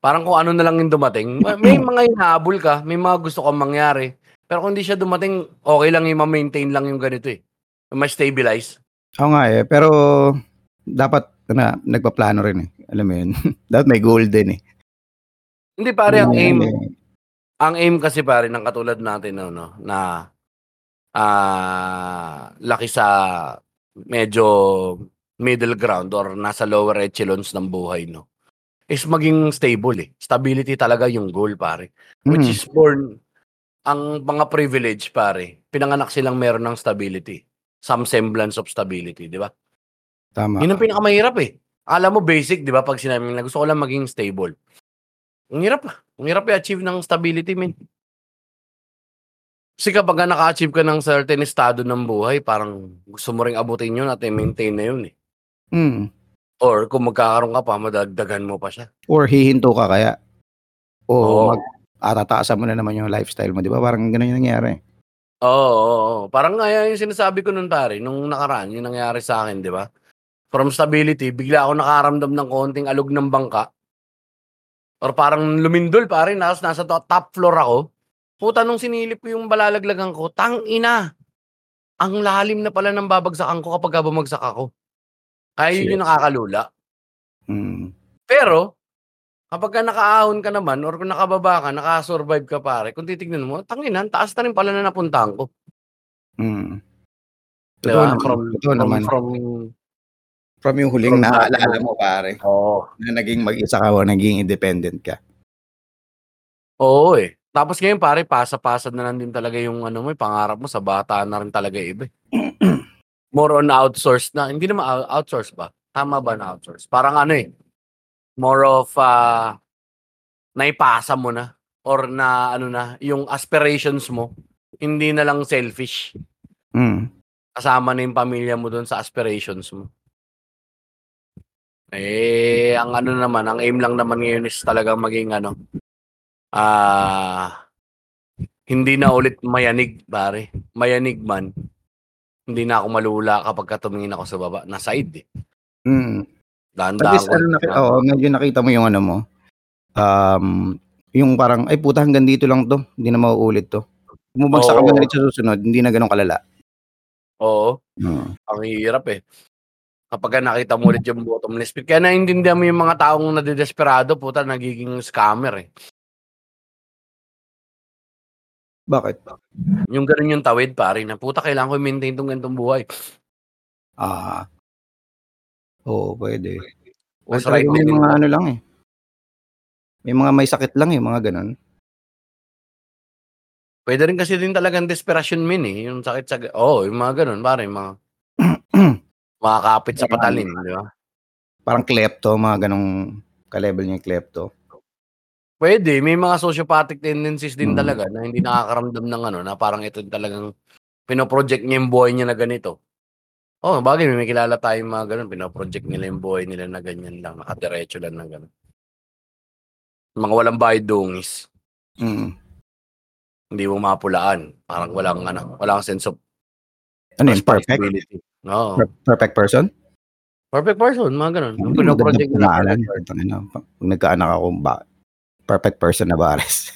[SPEAKER 1] Parang kung ano na lang yung dumating. Ma- May mga inahabol ka, may mga gusto kang mangyari. Pero kung hindi siya dumating, okay lang yung ma-maintain lang yung ganito eh. Ma-stabilize.
[SPEAKER 2] Oo nga eh. Pero dapat na, nagpaplano rin eh. Alam mo yun. dapat may goal din eh.
[SPEAKER 1] Hindi pare, ang
[SPEAKER 2] Yun
[SPEAKER 1] aim,
[SPEAKER 2] eh.
[SPEAKER 1] ang aim kasi pare ng katulad natin no, no na ah laki sa medyo middle ground or nasa lower echelons ng buhay no is maging stable eh. Stability talaga yung goal pare. Which
[SPEAKER 2] Mm.
[SPEAKER 1] is born ang mga privilege pare. Pinanganak silang meron ng stability. Some semblance of stability, di ba?
[SPEAKER 2] Tama.
[SPEAKER 1] Yun ang pinakamahirap eh. Alam mo basic, 'di ba? Pag sinabi na gusto ko lang maging stable. Ang hirap ah. Ang hirap i-achieve ng stability, men. Kasi kapag naka-achieve ka ng certain estado ng buhay, parang gusto mo ring abutin yun at i-maintain na yun eh.
[SPEAKER 2] Mm.
[SPEAKER 1] Or kung magkakaroon ka pa, madagdagan mo pa siya.
[SPEAKER 2] Or hihinto ka kaya.
[SPEAKER 1] Oo.
[SPEAKER 2] O mag atataasan mo na naman yung lifestyle mo, di ba? Parang ganun yung nangyari.
[SPEAKER 1] Oo, oo, oo. Parang nga yung sinasabi ko nun pare, nung nakaraan, yung nangyari sa akin, di ba? From stability, bigla ako nakaramdam ng konting alog ng bangka. Or parang lumindol pare, nasa, nasa to- top floor ako. Puta, nung sinilip ko yung balalaglagan ko, tang ina! Ang lalim na pala ng babagsakan ko kapag bumagsak ako. Kaya yun yung nakakalula.
[SPEAKER 2] Mm.
[SPEAKER 1] Pero, kapag ka nakaahon ka naman, or kung nakababa ka, nakasurvive ka pare, kung titignan mo, tangina, ang taas na rin pala na napuntahan ko.
[SPEAKER 2] Mm. Totoo
[SPEAKER 1] Diba?
[SPEAKER 2] naman.
[SPEAKER 1] From,
[SPEAKER 2] Totoo
[SPEAKER 1] from,
[SPEAKER 2] naman.
[SPEAKER 1] from,
[SPEAKER 2] From yung huling
[SPEAKER 1] from-
[SPEAKER 2] naaalala mo, pare,
[SPEAKER 1] oo.
[SPEAKER 2] na naging mag-isa ka o naging independent ka.
[SPEAKER 1] Oo eh. Tapos ngayon pare, pasa-pasad na lang din talaga yung ano mo, yung pangarap mo sa bata na rin talaga iba. eh. More on outsource na. Hindi naman out- outsource ba? Tama ba na outsource? Parang ano eh. More of ah, naipasa mo na or na ano na yung aspirations mo hindi na lang selfish
[SPEAKER 2] Mm.
[SPEAKER 1] kasama na yung pamilya mo doon sa aspirations mo Eh, ang ano naman, ang aim lang naman ngayon is talagang maging ano, ah, hindi na ulit mayanig, pare. Mayanig man. Hindi na ako malula kapag ka tumingin ako sa baba. Nasa id eh.
[SPEAKER 2] Mm. At
[SPEAKER 1] Dahan-dahan
[SPEAKER 2] least,
[SPEAKER 1] ko.
[SPEAKER 2] ano, naki- oo, medyo nakita mo yung ano mo. Um, yung parang, ay puta, hanggang dito lang to. Hindi na mauulit to. Bumagsak ka
[SPEAKER 1] Oo.
[SPEAKER 2] ulit sa susunod, hindi na ganun kalala.
[SPEAKER 1] Oo.
[SPEAKER 2] Mm.
[SPEAKER 1] Ang hirap eh. Kapag ka nakita mo ulit yung bottomless pit. Kaya naiintindihan mo yung mga taong nadidesperado, puta, nagiging scammer eh.
[SPEAKER 2] Bakit?
[SPEAKER 1] Yung ganun yung tawid, pare, na puta, kailangan ko i-maintain tong ganitong buhay.
[SPEAKER 2] Ah. Oo, pwede. O
[SPEAKER 1] Nasa right
[SPEAKER 2] talaga may
[SPEAKER 1] din
[SPEAKER 2] mga
[SPEAKER 1] ba?
[SPEAKER 2] ano lang eh. May mga may sakit lang eh, mga ganun.
[SPEAKER 1] Pwede rin kasi din talagang desperation min eh. Yung sakit sa... Oo, oh, yung mga ganun, pare, yung mga... mga kapit sa patalim, di ba?
[SPEAKER 2] Parang klepto, mga ganong ka-level niya yung klepto.
[SPEAKER 1] Pwede, may mga sociopathic tendencies din
[SPEAKER 2] Mm.
[SPEAKER 1] talaga na hindi nakakaramdam ng ano, na parang ito talagang pinoproject niya yung buhay niya na ganito. Oh, bagay, may may kilala tayong mga ganun, pinoproject nila yung buhay nila na ganyan lang, nakadiretso lang na ganun. Mga walang bayad dungis,
[SPEAKER 2] Mm.
[SPEAKER 1] hindi mo mapulaan, parang walang ano, walang sense of
[SPEAKER 2] Ah. Ano yun? Perfect?
[SPEAKER 1] responsibility. Oo.
[SPEAKER 2] Per- perfect Hmm. person?
[SPEAKER 1] Perfect person, mga ganun. Yung
[SPEAKER 2] Ang ganda
[SPEAKER 1] pinoproject
[SPEAKER 2] ng
[SPEAKER 1] nila.
[SPEAKER 2] pangalan. Tangina, pag nagkaanak ako, ba, perfect person na bares.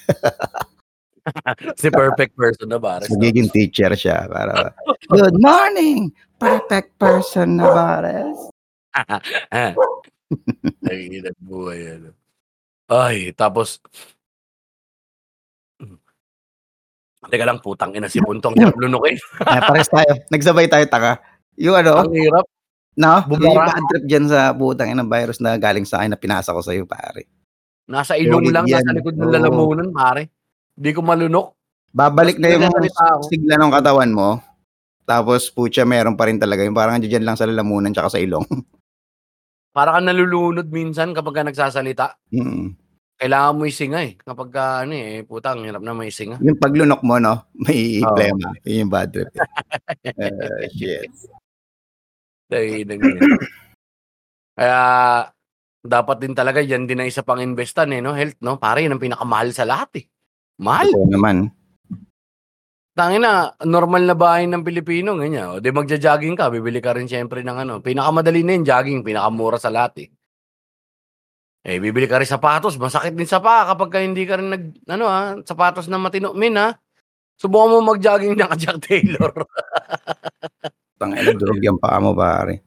[SPEAKER 1] Si perfect person na ba?
[SPEAKER 2] Magiging teacher siya. Para, Good morning! Perfect person na bares.
[SPEAKER 1] Ah. Nanginginig buhay. Ano. Ay, tapos... hmm. Teka lang, putang ina si Puntong. Hirap lunukin.
[SPEAKER 2] Eh, pares tayo. Nagsabay tayo, taka. Yung ano,
[SPEAKER 1] Ang hirap.
[SPEAKER 2] no? Yung
[SPEAKER 1] bumara.
[SPEAKER 2] bad trip dyan sa butang ng virus na galing sa akin na pinasa ko sa'yo, pare.
[SPEAKER 1] Nasa ilong
[SPEAKER 2] Solid
[SPEAKER 1] lang,
[SPEAKER 2] yan.
[SPEAKER 1] nasa likod ng
[SPEAKER 2] Oo.
[SPEAKER 1] lalamunan, pare. Hindi ko malunok.
[SPEAKER 2] Babalik na yung
[SPEAKER 1] Nagsasalita ako.
[SPEAKER 2] sigla ng katawan mo. Tapos, putya, meron pa rin talaga. Yung parang dyan lang sa lalamunan tsaka sa ilong.
[SPEAKER 1] Para kang nalulunod minsan kapag ka nagsasalita.
[SPEAKER 2] Mm.
[SPEAKER 1] Kailangan mo isinga eh. Kapag ka, ano eh, putang, hirap na may isinga.
[SPEAKER 2] Yung paglunok mo, no? May
[SPEAKER 1] Oo.
[SPEAKER 2] plema. Yun yung bad trip.
[SPEAKER 1] Oh,
[SPEAKER 2] Eh, shit.
[SPEAKER 1] Nanginginig yun. Kaya, dapat din talaga, yan din ang isa pang investan eh, no? Health, no? Pare, yun ang pinakamahal sa lahat eh. Mahal.
[SPEAKER 2] Totoo naman.
[SPEAKER 1] Tangin na, normal na bahay ng Pilipino, ganyan. O, di magja-jogging ka, bibili ka rin siyempre ng ano. Pinakamadali na yung jogging, pinakamura sa lahat eh. Eh, bibili ka rin sapatos, masakit din sa paa kapag ka hindi ka rin nag, ano ha, sapatos na matino. Min ha, subukan mo mag-jogging ng Jack Taylor.
[SPEAKER 2] Tangina, durog yung paa mo, pare.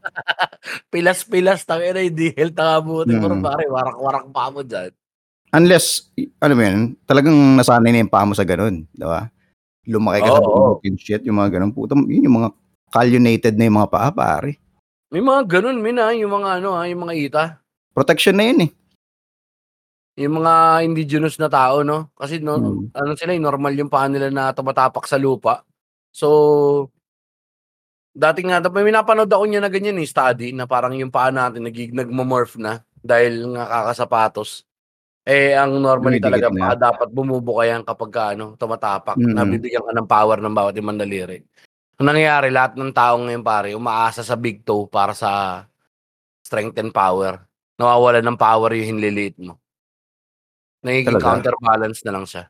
[SPEAKER 1] Pilas-pilas, tangin na, hindi health na buti.
[SPEAKER 2] Mm.
[SPEAKER 1] Pero pare, warak-warak pa mo dyan.
[SPEAKER 2] Unless, y- ano mo yun, talagang nasanay na yung paa mo sa ganun, di ba? Lumaki ka sa
[SPEAKER 1] Oo.
[SPEAKER 2] bundok and shit, yung mga ganun. Puta, yun yung mga callunated na yung mga paa, pare.
[SPEAKER 1] May mga ganun, min ha, yung mga ano ha, yung mga ita.
[SPEAKER 2] Protection na yun eh.
[SPEAKER 1] Yung mga indigenous na tao, no? Kasi no,
[SPEAKER 2] Mm.
[SPEAKER 1] ano sila, eh, normal yung paa nila na tumatapak sa lupa. So, dating nga, may minapanood ako niya na ganyan eh, study, na parang yung paa natin nagig, nagmamorph na dahil nga kakasapatos. Eh, ang normally
[SPEAKER 2] Dumidikit
[SPEAKER 1] talaga,
[SPEAKER 2] na.
[SPEAKER 1] paa dapat bumubuka yan kapag ka, ano, tumatapak.
[SPEAKER 2] Mm.
[SPEAKER 1] Nabibigyan ka ng power ng bawat imandaliri. Ang nangyayari, lahat ng tao ngayon, pare, umaasa sa big toe para sa strength and power. Nawawala ng power yung hinliliit mo. Nagiging
[SPEAKER 2] Talaga?
[SPEAKER 1] counterbalance na lang siya.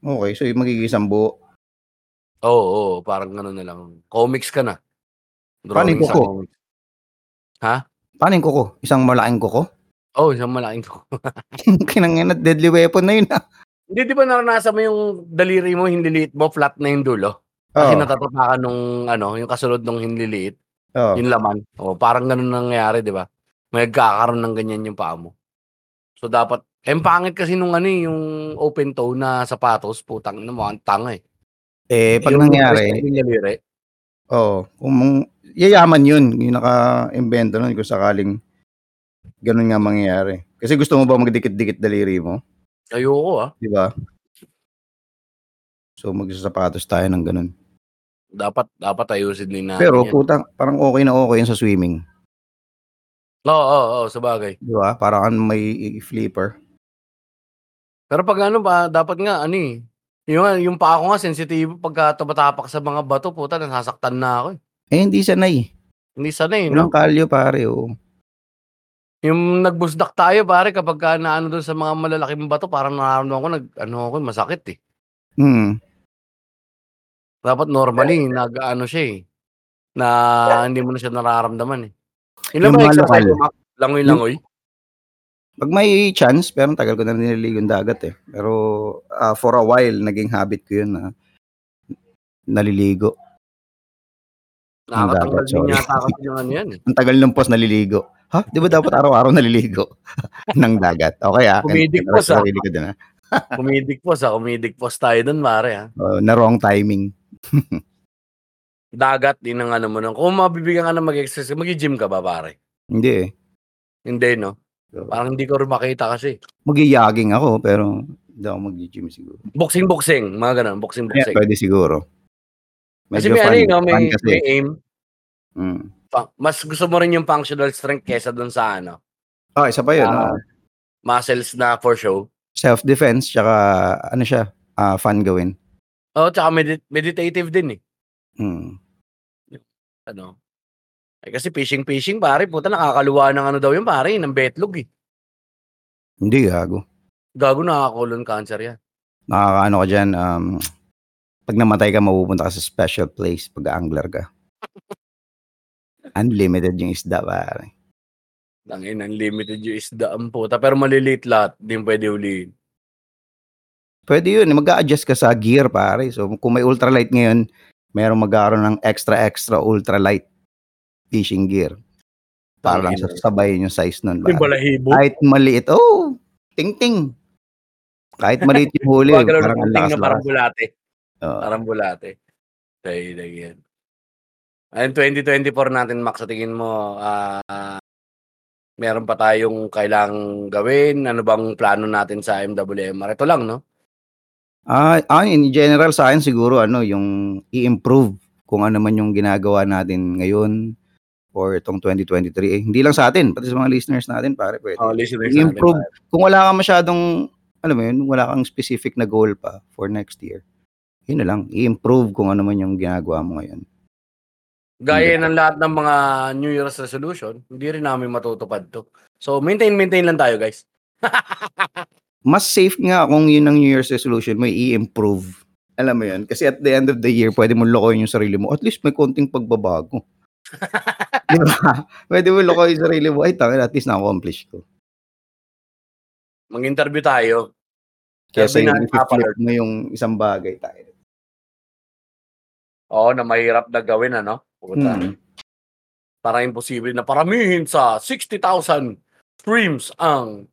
[SPEAKER 2] Okay, so yung magiging buo.
[SPEAKER 1] Oo, oo, parang gano'n na lang. Comics ka na.
[SPEAKER 2] Paano
[SPEAKER 1] Drawing
[SPEAKER 2] yung
[SPEAKER 1] sa
[SPEAKER 2] kuko?
[SPEAKER 1] comics.
[SPEAKER 2] Paano yung kuko? Isang malaking kuko?
[SPEAKER 1] Oo, oh, isang malaking kuko.
[SPEAKER 2] Kinangin at deadly weapon na yun. ah.
[SPEAKER 1] Hindi, di ba naranasan mo yung daliri mo, hinliliit mo, flat na yung dulo?
[SPEAKER 2] Oo.
[SPEAKER 1] Kasi natatapakan nung, ano, yung kasunod nung hinliliit,
[SPEAKER 2] Oo.
[SPEAKER 1] yung laman. O, parang gano'n nangyayari, di ba? May nagkakaroon ng ganyan yung paa mo. So, dapat, eh, ang pangit kasi nung ano, eh, yung open toe na sapatos, putang, na mukhang tanga eh.
[SPEAKER 2] Eh, pag
[SPEAKER 1] Yung
[SPEAKER 2] nangyari,
[SPEAKER 1] rest ng daliri,
[SPEAKER 2] Oo. Oh, um, yayaman yun. Yung naka-invento nun kung sakaling ganun nga mangyayari. Kasi gusto mo ba magdikit-dikit daliri mo?
[SPEAKER 1] ayoko ah.
[SPEAKER 2] Di ba? So magsasapatos tayo ng ganun.
[SPEAKER 1] Dapat, dapat ayusin din natin.
[SPEAKER 2] Pero
[SPEAKER 1] yan.
[SPEAKER 2] putang, parang okay na okay yun sa swimming.
[SPEAKER 1] Oo, oo, oo, sabagay.
[SPEAKER 2] Di ba? Parang kang may i- flipper.
[SPEAKER 1] Pero pag ano ba, dapat nga, ano eh. Yung, nga, yung paa ko nga, sensitibo pagka tumatapak sa mga bato, puta, nasasaktan na ako eh.
[SPEAKER 2] Eh, hindi sanay.
[SPEAKER 1] Hindi sanay, no?
[SPEAKER 2] Walang kalyo pare. Oh.
[SPEAKER 1] Yung nagbusdak tayo, pare, kapag ka naano doon sa mga malalaking bato, parang nararamdaman ko, nag, ano ako, masakit eh.
[SPEAKER 2] Hmm.
[SPEAKER 1] Dapat normally, nag-ano siya eh. Na hindi mo na siya nararamdaman eh. Yun lang
[SPEAKER 2] Yung
[SPEAKER 1] ba
[SPEAKER 2] mga
[SPEAKER 1] exercise
[SPEAKER 2] lokal.
[SPEAKER 1] mo, Mac? Langoy-langoy?
[SPEAKER 2] Pag may chance, pero ang tagal ko na nililigo yung dagat eh. Pero ah, for a while, naging habit ko yun na naliligo.
[SPEAKER 1] Nakakatanggal
[SPEAKER 2] dagat,
[SPEAKER 1] din
[SPEAKER 2] sorry.
[SPEAKER 1] yata kasi yung ano yan eh.
[SPEAKER 2] Ang tagal ng post naliligo. Ha? Di ba dapat araw-araw naliligo ng dagat? Okay ah.
[SPEAKER 1] Comedic
[SPEAKER 2] Ganun-
[SPEAKER 1] pose, ah.
[SPEAKER 2] sarili ko din, ah.
[SPEAKER 1] Comedic pose, ah. Comedic pose tayo doon, pare, ah. ha.
[SPEAKER 2] Oh, na wrong timing.
[SPEAKER 1] Dagat, din ang ano mo nun. Kung mabibigyan ka na mag-exercise, mag-gym ka ba, pare?
[SPEAKER 2] Hindi eh.
[SPEAKER 1] Hindi, no? Parang hindi ko rin makita kasi.
[SPEAKER 2] Mag-jogging ako, pero hindi ako mag-gym siguro.
[SPEAKER 1] Boxing-boxing, mga ganun.
[SPEAKER 2] Yeah,
[SPEAKER 1] Boxing-boxing.
[SPEAKER 2] pwede siguro.
[SPEAKER 1] kasi
[SPEAKER 2] Medyo
[SPEAKER 1] may ano
[SPEAKER 2] fun,
[SPEAKER 1] yun, no?
[SPEAKER 2] fun
[SPEAKER 1] may,
[SPEAKER 2] kasi.
[SPEAKER 1] may aim.
[SPEAKER 2] Mm.
[SPEAKER 1] Fa- Mas gusto mo rin yung functional strength kesa doon sa ano,
[SPEAKER 2] Ah, isa pa yun.
[SPEAKER 1] Ah.
[SPEAKER 2] ah.
[SPEAKER 1] muscles na for show.
[SPEAKER 2] Self-defense, tsaka ano siya, ah, fun gawin.
[SPEAKER 1] Oh, tsaka medi- meditative din eh.
[SPEAKER 2] Mm.
[SPEAKER 1] Ano? Ay, kasi fishing-fishing, pare. Puta, nakakaluwa ng ano daw yun, pare. Ng betlog eh.
[SPEAKER 2] Hindi, gago.
[SPEAKER 1] Gago, nakakulon cancer yan.
[SPEAKER 2] Nakakaano ka dyan, um, pag namatay ka, mapupunta ka sa special place pag angler ka. Unlimited yung isda, pare.
[SPEAKER 1] Tangin, unlimited yung isda ang puta. Pero maliliit lahat. Hindi mo pwede huliin.
[SPEAKER 2] Pwede yun, mag-a-adjust ka sa gear, pare. So, kung may ultralight ngayon, merong magkaroon ng extra-extra ultralight fishing gear. Para lang
[SPEAKER 1] Tangina.
[SPEAKER 2] sasabayin yung size nun,
[SPEAKER 1] Yung
[SPEAKER 2] pare.
[SPEAKER 1] balahibo.
[SPEAKER 2] Kahit maliit, oh, ting-ting. Kahit maliit yung huli,
[SPEAKER 1] Wag lang
[SPEAKER 2] parang
[SPEAKER 1] ng na
[SPEAKER 2] ang
[SPEAKER 1] parang
[SPEAKER 2] lakas-lakas.
[SPEAKER 1] bulate.
[SPEAKER 2] Oo.
[SPEAKER 1] Parang bulate. Dahil yan. Ayun, 2024 natin, Max, sa tingin mo, ah, ah, meron pa tayong kailangang gawin? Ano bang plano natin sa MWMR? Ito lang, no?
[SPEAKER 2] Ah, ah, in general sa akin siguro ano, yung i-improve kung ano man yung ginagawa natin ngayon or itong 2023. Eh, hindi lang sa atin, pati sa mga listeners natin, pare, pwede.
[SPEAKER 1] Oh, listeners natin.
[SPEAKER 2] i-improve. Kung wala kang masyadong, alam mo yun, wala kang specific na goal pa for next year. Yun na lang, i-improve kung ano man yung ginagawa mo ngayon.
[SPEAKER 1] Gaya ng lahat ng mga New Year's resolution, hindi rin namin matutupad to. So, maintain-maintain lang tayo, guys.
[SPEAKER 2] mas safe nga kung yun ang New Year's resolution mo, i-improve. Alam mo yun? Kasi at the end of the year, pwede mo lokohin yung sarili mo. At least may konting pagbabago. Di ba? Pwede mo lokohin yung sarili mo. Ay, tanga, at least na-accomplish ko.
[SPEAKER 1] Mag-interview tayo.
[SPEAKER 2] Kesa
[SPEAKER 1] Sabi na,
[SPEAKER 2] yung
[SPEAKER 1] Papa
[SPEAKER 2] i-flip mo yung isang bagay tayo.
[SPEAKER 1] Oo, na mahirap na gawin, ano? Puta.
[SPEAKER 2] Hmm.
[SPEAKER 1] Parang imposible na paramihin sa 60,000 streams ang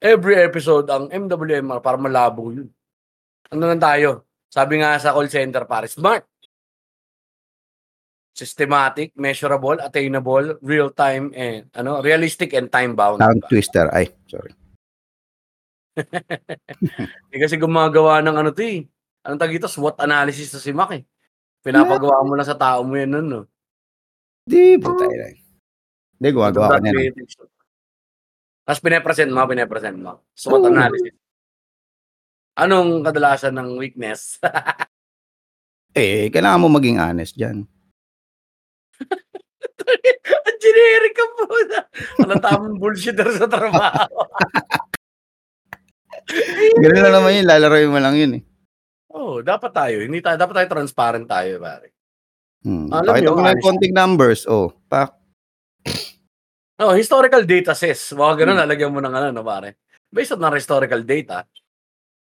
[SPEAKER 1] every episode ang MWMR para malabo yun. Ano lang tayo? Sabi nga sa call center, pare, smart. Systematic, measurable, attainable, real-time, and ano, realistic and time-bound.
[SPEAKER 2] Tongue twister. Ay, sorry.
[SPEAKER 1] Eh, kasi gumagawa ng ano to eh. Anong tag ito? SWOT analysis na si Mac eh. Pinapagawa mo lang sa tao mo yan nun, no?
[SPEAKER 2] Di, putay na. Hindi, gumagawa ko na yan. ah.
[SPEAKER 1] Tapos pinapresent mo, pinapresent mo. SWOT
[SPEAKER 2] Oo.
[SPEAKER 1] analysis. Anong kadalasan ng weakness?
[SPEAKER 2] Eh, kailangan mo maging honest dyan.
[SPEAKER 1] Ang generic ka po na. Alam tamang bullshitter sa trabaho.
[SPEAKER 2] Ganun na naman yun, lalaroin mo lang yun eh.
[SPEAKER 1] Oo, oh, dapat tayo. Hindi tayo, dapat tayo transparent tayo, pare.
[SPEAKER 2] Hmm.
[SPEAKER 1] Alam
[SPEAKER 2] Pakita
[SPEAKER 1] mo,
[SPEAKER 2] mo lang
[SPEAKER 1] honest.
[SPEAKER 2] konting numbers. Oh, pak.
[SPEAKER 1] Oh, historical data says, mga
[SPEAKER 2] Hmm.
[SPEAKER 1] ganun, lalagyan mo ng ano, no, pare. Based on ng historical data,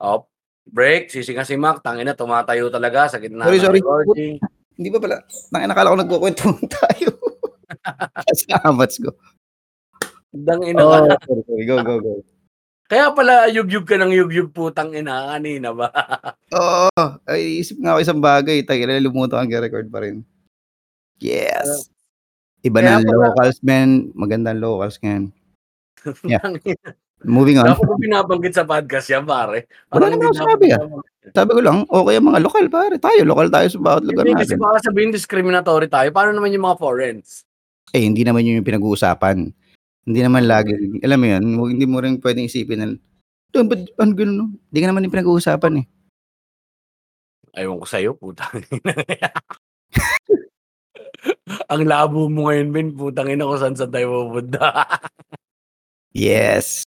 [SPEAKER 1] oh, break, sisinga si Mac, tangin na, tumatayo talaga sa gitna
[SPEAKER 2] Sorry,
[SPEAKER 1] ng
[SPEAKER 2] sorry.
[SPEAKER 1] recording.
[SPEAKER 2] Hindi ba pala? Nang nakala ko nagkukwentuhan tayo. Kasabats ko.
[SPEAKER 1] Dang ina ka.
[SPEAKER 2] Oh, sorry, sorry. Go, go, go.
[SPEAKER 1] Kaya pala, yugyug ka ng yugyug putang ina, kanina ba?
[SPEAKER 2] Oo. ay, isip nga ako isang bagay. Tayo, lumuto ang record pa rin. Yes. Iba
[SPEAKER 1] Kaya
[SPEAKER 2] na ang
[SPEAKER 1] pala-
[SPEAKER 2] locals, man. Magandang locals ngayon. Yeah.
[SPEAKER 1] Tangina.
[SPEAKER 2] Moving on.
[SPEAKER 1] Dapat ko binabanggit sa podcast yan, pare.
[SPEAKER 2] Ano? Wala
[SPEAKER 1] Parang
[SPEAKER 2] naman ako
[SPEAKER 1] hindi
[SPEAKER 2] sinabi,
[SPEAKER 1] na-
[SPEAKER 2] Sabi ko lang, okay ang mga lokal, pare. Tayo, lokal tayo sa bawat lugar
[SPEAKER 1] Hindi, kasi
[SPEAKER 2] natin.
[SPEAKER 1] baka sabihin discriminatory tayo. Paano naman yung mga foreigns?
[SPEAKER 2] Eh, hindi naman yun yung pinag-uusapan. Hindi naman lagi. Alam mo yun, huwag- hindi mo rin pwedeng isipin na, "Doon, ba't ano ganun? no?" Hindi ka naman yung pinag-uusapan eh.
[SPEAKER 1] Ayaw ko sa'yo, putang ina. Ang labo mo ngayon, Ben. Putang ina ko saan saan tayo pupunta.
[SPEAKER 2] Yes.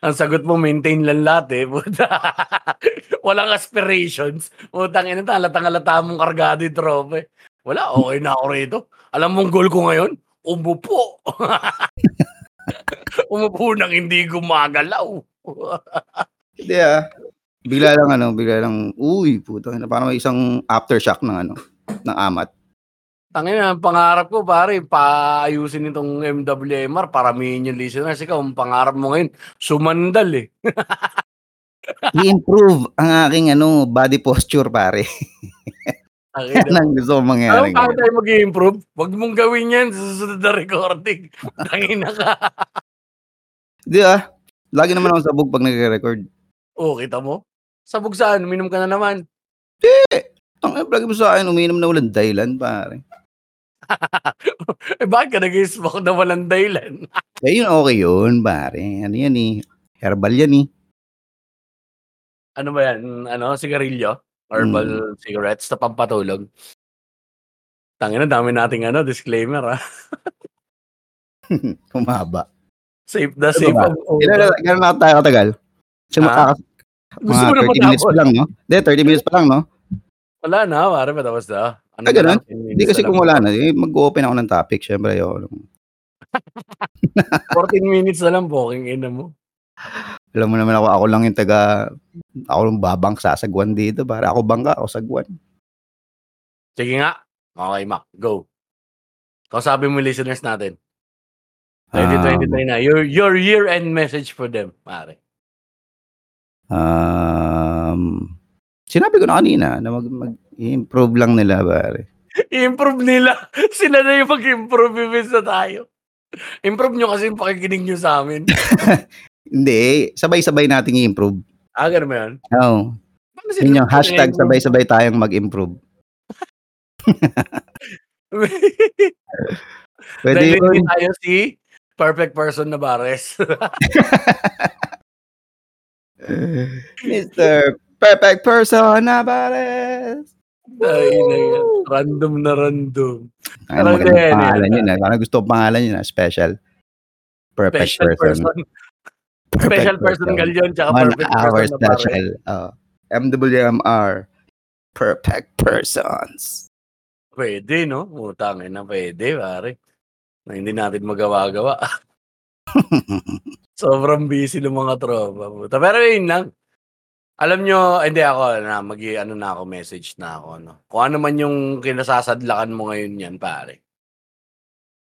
[SPEAKER 1] Ang sagot mo, maintain lang lahat eh. Puta. Walang aspirations. Putang ina, talatang-alata mong kargado yung tropa eh. Wala, okay na ako rito. Alam mong goal ko ngayon? Umupo. Umupo nang hindi gumagalaw.
[SPEAKER 2] Hindi ah. Bigla lang ano, bigla lang, uy, puto, na parang may isang aftershock ng ano, ng amat.
[SPEAKER 1] Tangin na, ang pangarap ko pare, paayusin itong MWMR, paramihin yung listeners. Ikaw, ang pangarap mo ngayon, sumandal eh.
[SPEAKER 2] I-improve ang aking ano, body posture, pare.
[SPEAKER 1] Tangina.
[SPEAKER 2] Yan ang gusto kong mangyari.
[SPEAKER 1] Alam mo, paano
[SPEAKER 2] ngayon.
[SPEAKER 1] tayo mag-improve? Huwag mong gawin yan sa susunod na recording. Tangina ka.
[SPEAKER 2] Hindi ah. Lagi naman ako sabog pag nagre-record.
[SPEAKER 1] Oo, Oh, kita mo? Sabog saan? Uminom ka na naman.
[SPEAKER 2] Ang eh, lagi mo sa akin, uminom na walang dahilan, pare.
[SPEAKER 1] Eh, bakit ka nag-smoke na walang dahilan?
[SPEAKER 2] Kaya Eh, yun, okay yun, pare. Ano yan eh. Herbal yan eh.
[SPEAKER 1] Ano ba yan? Ano? Sigarilyo?
[SPEAKER 2] Hmm.
[SPEAKER 1] Herbal cigarettes na pampatulog? Tangina, dami nating ano, disclaimer ah.
[SPEAKER 2] Kumaba.
[SPEAKER 1] Safe na
[SPEAKER 2] Ano
[SPEAKER 1] safe.
[SPEAKER 2] ba?
[SPEAKER 1] ang ulo.
[SPEAKER 2] Ilan gano'n na tayo katagal? So,
[SPEAKER 1] Ah?
[SPEAKER 2] makaka-
[SPEAKER 1] Gusto mo na
[SPEAKER 2] mga 30 minutes pa
[SPEAKER 1] matapos?
[SPEAKER 2] lang, no? Hindi, 30 minutes pa lang, no?
[SPEAKER 1] Wala na, pare, matapos na. Ano
[SPEAKER 2] Ah, ganun?
[SPEAKER 1] Hindi
[SPEAKER 2] Hindi kasi kung wala na, eh, mag-open ako ng topic. Siyempre, ayoko. nung-
[SPEAKER 1] 14 minutes na lang, poking ina mo.
[SPEAKER 2] Alam mo naman ako, ako lang yung taga, ako lang babang sasagwan dito, para ako bangka, ako sagwan.
[SPEAKER 1] Sige nga. Okay, Mac. Go. Kausapin mo yung listeners natin.
[SPEAKER 2] Ah.
[SPEAKER 1] 2023 na. Your, your year-end message for them, pare.
[SPEAKER 2] Um, um, sinabi ko na kanina na mag, mag-improve lang nila, pare.
[SPEAKER 1] I-improve nila. Sila na yung mag-improve imbis na tayo. Improve nyo kasi yung pakikinig nyo sa amin.
[SPEAKER 2] Hindi, sabay-sabay nating i-improve.
[SPEAKER 1] Ah, ganun ba yun?
[SPEAKER 2] Oo.
[SPEAKER 1] Paano sila
[SPEAKER 2] yun yung hashtag
[SPEAKER 1] mag-improve?
[SPEAKER 2] sabay-sabay tayong mag-improve. Pwede
[SPEAKER 1] Dahil hindi
[SPEAKER 2] yun.
[SPEAKER 1] tayo si Perfect Person na Bares.
[SPEAKER 2] Mr. Perfect Person Navarez.
[SPEAKER 1] Ay, na yan. Random na random.
[SPEAKER 2] Ang
[SPEAKER 1] Parang
[SPEAKER 2] magandang
[SPEAKER 1] ganyan,
[SPEAKER 2] pangalan
[SPEAKER 1] eh.
[SPEAKER 2] yun. ah. Parang gusto ko pangalan yun. ah. Special. Perfect
[SPEAKER 1] Special
[SPEAKER 2] person.
[SPEAKER 1] person. Special person, Galyon, tsaka
[SPEAKER 2] One
[SPEAKER 1] Ah, perfect
[SPEAKER 2] hour
[SPEAKER 1] person na Bares.
[SPEAKER 2] special. Oh. MWMR. Perfect persons.
[SPEAKER 1] Pwede, no? Utangin na pwede, pare. Na hindi natin magawa-gawa. Sobrang busy ng mga tropa. Puta. Pero yun lang. Alam nyo, hindi ako, na, mag ano na ako, message na ako. No? Kung ano man yung kinasasadlakan mo ngayon yan, pare.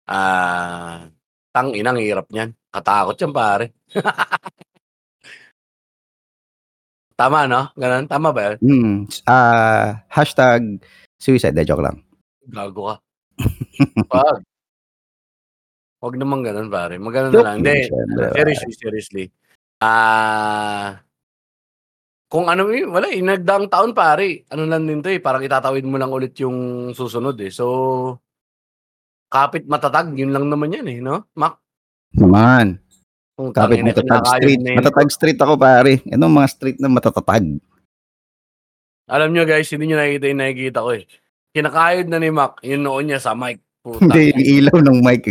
[SPEAKER 1] Ah, tang inang hirap niyan. Katakot yan, pare. Tama, no? Ganun, tama ba yun?
[SPEAKER 2] Hmm. Ah, hashtag suicide. De, joke lang.
[SPEAKER 1] Gago ka. Pag. Huwag naman ganun, pare. Magano na
[SPEAKER 2] Joke
[SPEAKER 1] Ano lang.
[SPEAKER 2] lang,
[SPEAKER 1] Hindi,
[SPEAKER 2] syempre, pare.
[SPEAKER 1] seriously, seriously. Ah... kung ano, eh, wala, eh, nagdaang taon, pare. Ano lang din to eh, parang itatawid mo lang ulit yung susunod eh. So, kapit matatag, yun lang naman yan eh, no? Mac,
[SPEAKER 2] Naman.
[SPEAKER 1] kung
[SPEAKER 2] Kapit
[SPEAKER 1] tangina,
[SPEAKER 2] matatag
[SPEAKER 1] kinakain
[SPEAKER 2] street.
[SPEAKER 1] mo na yun.
[SPEAKER 2] Matatag street ako, pare. Anong mga street na matatatag?
[SPEAKER 1] Alam nyo guys, hindi nyo nakikita yung nakikita ko eh. Kinakayod na ni Mac, yung noon niya sa mic. Puta.
[SPEAKER 2] Hindi, yung ilaw ng mic.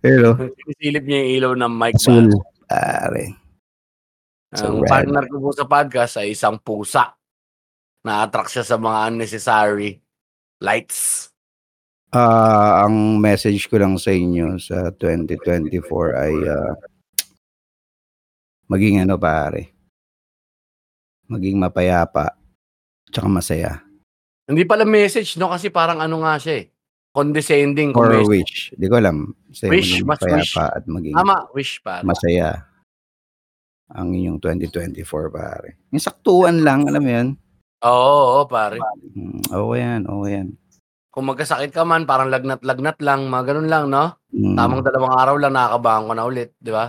[SPEAKER 2] Pero,
[SPEAKER 1] Sinisilip niya yung ilaw ng mic.
[SPEAKER 2] Asul. Pare. So,
[SPEAKER 1] Ang
[SPEAKER 2] red.
[SPEAKER 1] partner ko po sa podcast ay isang pusa. Na-attract siya sa mga unnecessary lights.
[SPEAKER 2] Ah, ang message ko lang sa inyo sa 2024 ay ah, maging ano pare. Maging mapayapa tsaka masaya.
[SPEAKER 1] Hindi pala message, no? Kasi parang ano nga siya eh. Condescending. kung
[SPEAKER 2] Or
[SPEAKER 1] message.
[SPEAKER 2] wish. Di ko alam. Sa
[SPEAKER 1] Wish,
[SPEAKER 2] maging
[SPEAKER 1] mas wish.
[SPEAKER 2] mapayapa at maging
[SPEAKER 1] Tama, wish pa.
[SPEAKER 2] masaya ang inyong 2024 pare. Yung saktuan lang, alam mo yun?
[SPEAKER 1] Oo, oo, pare.
[SPEAKER 2] Mm, okay yan, okay yan.
[SPEAKER 1] Kung magkasakit ka man, parang lagnat-lagnat lang, mga ganun lang, no?
[SPEAKER 2] Mm,
[SPEAKER 1] Tamang dalawang araw lang, nakakabahan ko na ulit, di ba?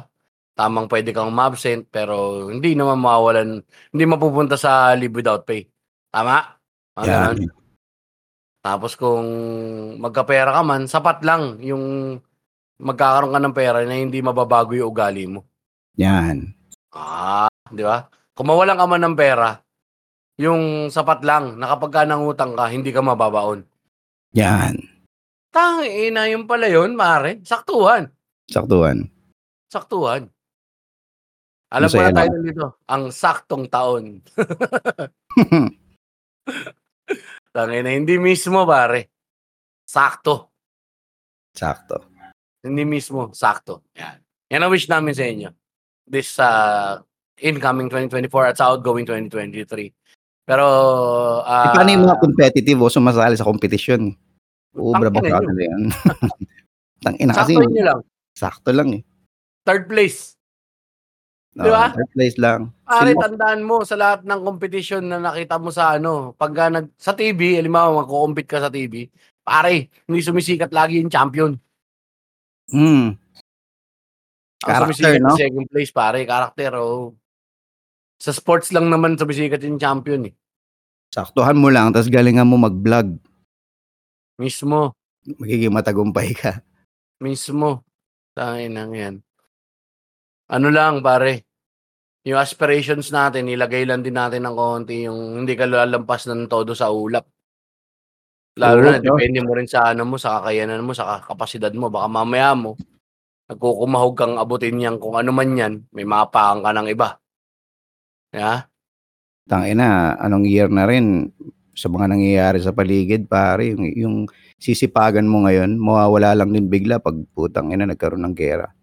[SPEAKER 1] Tamang pwede kang ma-absent, pero hindi naman mawawalan, hindi mapupunta sa leave without pay. Tama? Mga ganun.
[SPEAKER 2] yan.
[SPEAKER 1] Tapos kung magkapera ka man, sapat lang yung magkakaroon ka ng pera na hindi mababago yung ugali mo.
[SPEAKER 2] Yan.
[SPEAKER 1] Ah, di ba? Kung mawalan ka man ng pera, yung sapat lang, na kapag ka nangutang ka, hindi ka mababaon. eh,
[SPEAKER 2] Yan.
[SPEAKER 1] Tangina, yun pala yun, mare. Saktuhan.
[SPEAKER 2] Saktuan.
[SPEAKER 1] Saktuhan. Alam ko
[SPEAKER 2] Masaya
[SPEAKER 1] na tayo nandito. Ang saktong taon. Tangay na, hindi mismo, pare. Sakto.
[SPEAKER 2] Sakto.
[SPEAKER 1] Hindi mismo, sakto. Yan. Yan ang wish namin sa inyo. This uh, incoming 2024 at sa outgoing 2023. Pero,
[SPEAKER 2] Eh,
[SPEAKER 1] ah
[SPEAKER 2] paano yung mga competitive o sumasali sa kompetisyon? Ubra ba
[SPEAKER 1] Tangina
[SPEAKER 2] sa na yan? Tang ina kasi,
[SPEAKER 1] sakto nyo lang.
[SPEAKER 2] sakto lang eh.
[SPEAKER 1] Third place.
[SPEAKER 2] No,
[SPEAKER 1] Di ba?
[SPEAKER 2] Third place lang.
[SPEAKER 1] Pare,
[SPEAKER 2] Sino-
[SPEAKER 1] tandaan mo sa lahat ng competition na nakita mo sa ano, pagka nag, sa TV, halimbawa magko-compete ka sa TV, pare, hindi sumisikat lagi yung champion.
[SPEAKER 2] Hmm.
[SPEAKER 1] Ang
[SPEAKER 2] Character,
[SPEAKER 1] sumisikat
[SPEAKER 2] no?
[SPEAKER 1] yung second place, pare, karakter, oh. Sa sports lang naman sumisikat yung champion, eh.
[SPEAKER 2] Saktuhan mo lang, tapos galingan mo mag-vlog.
[SPEAKER 1] Mismo.
[SPEAKER 2] Magiging matagumpay ka.
[SPEAKER 1] Mismo. Tangin lang yan. Ano lang, pare. Yung aspirations natin, ilagay lang din natin ng konti yung hindi ka lalampas ng todo sa ulap. Lalo
[SPEAKER 2] Oo,
[SPEAKER 1] na,
[SPEAKER 2] no?
[SPEAKER 1] depende mo rin sa ano mo, sa kakayanan mo, sa kapasidad mo. Baka mamaya mo, nagkukumahog kang abutin yan kung ano man yan, may mapaan ka ng iba. Ya?
[SPEAKER 2] Tangina, anong year na rin sa mga nangyayari sa paligid, pare, yung, yung sisipagan mo ngayon, mawawala lang din bigla pag putang ina nagkaroon ng gera.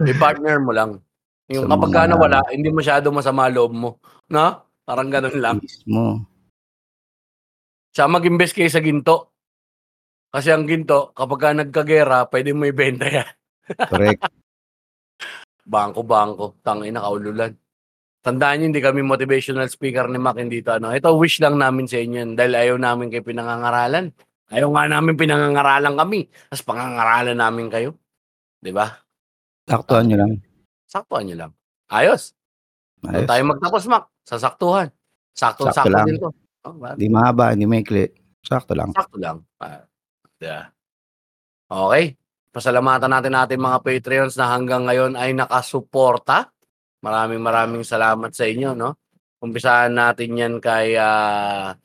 [SPEAKER 1] May partner mo lang. Yung
[SPEAKER 2] Sa
[SPEAKER 1] kapag ka
[SPEAKER 2] mga-
[SPEAKER 1] nawala, hindi masyado masama loob mo. No? Parang ganun lang.
[SPEAKER 2] Mismo.
[SPEAKER 1] Siya mag-invest kayo sa ginto. Kasi ang ginto, kapag ka nagkagera, pwede mo ibenta yan.
[SPEAKER 2] Correct.
[SPEAKER 1] Bangko-bangko. Tangina, kaululan. Tandaan nyo, hindi kami motivational speaker ni Mac, hindi to ano. Ito, wish lang namin sa inyo yun dahil ayaw namin kayo pinangangaralan. Ayaw nga namin pinangangaralan kami. Tapos pangangaralan namin kayo. Di ba?
[SPEAKER 2] Saktuhan nyo lang.
[SPEAKER 1] Saktuhan nyo lang. Ayos. Ayos.
[SPEAKER 2] Ayos.
[SPEAKER 1] tayo magtapos, Mac. Sa saktuhan. Sakto-sakto
[SPEAKER 2] Sakto lang.
[SPEAKER 1] din to. Oh, ba-
[SPEAKER 2] Hindi mahaba, hindi maikli. Sakto lang.
[SPEAKER 1] Sakto lang. Ah, yeah. Okay. Pasalamatan natin natin mga Patreons na hanggang ngayon ay nakasuporta. Maraming maraming salamat sa inyo, no? Umpisahan natin yan kay, ah,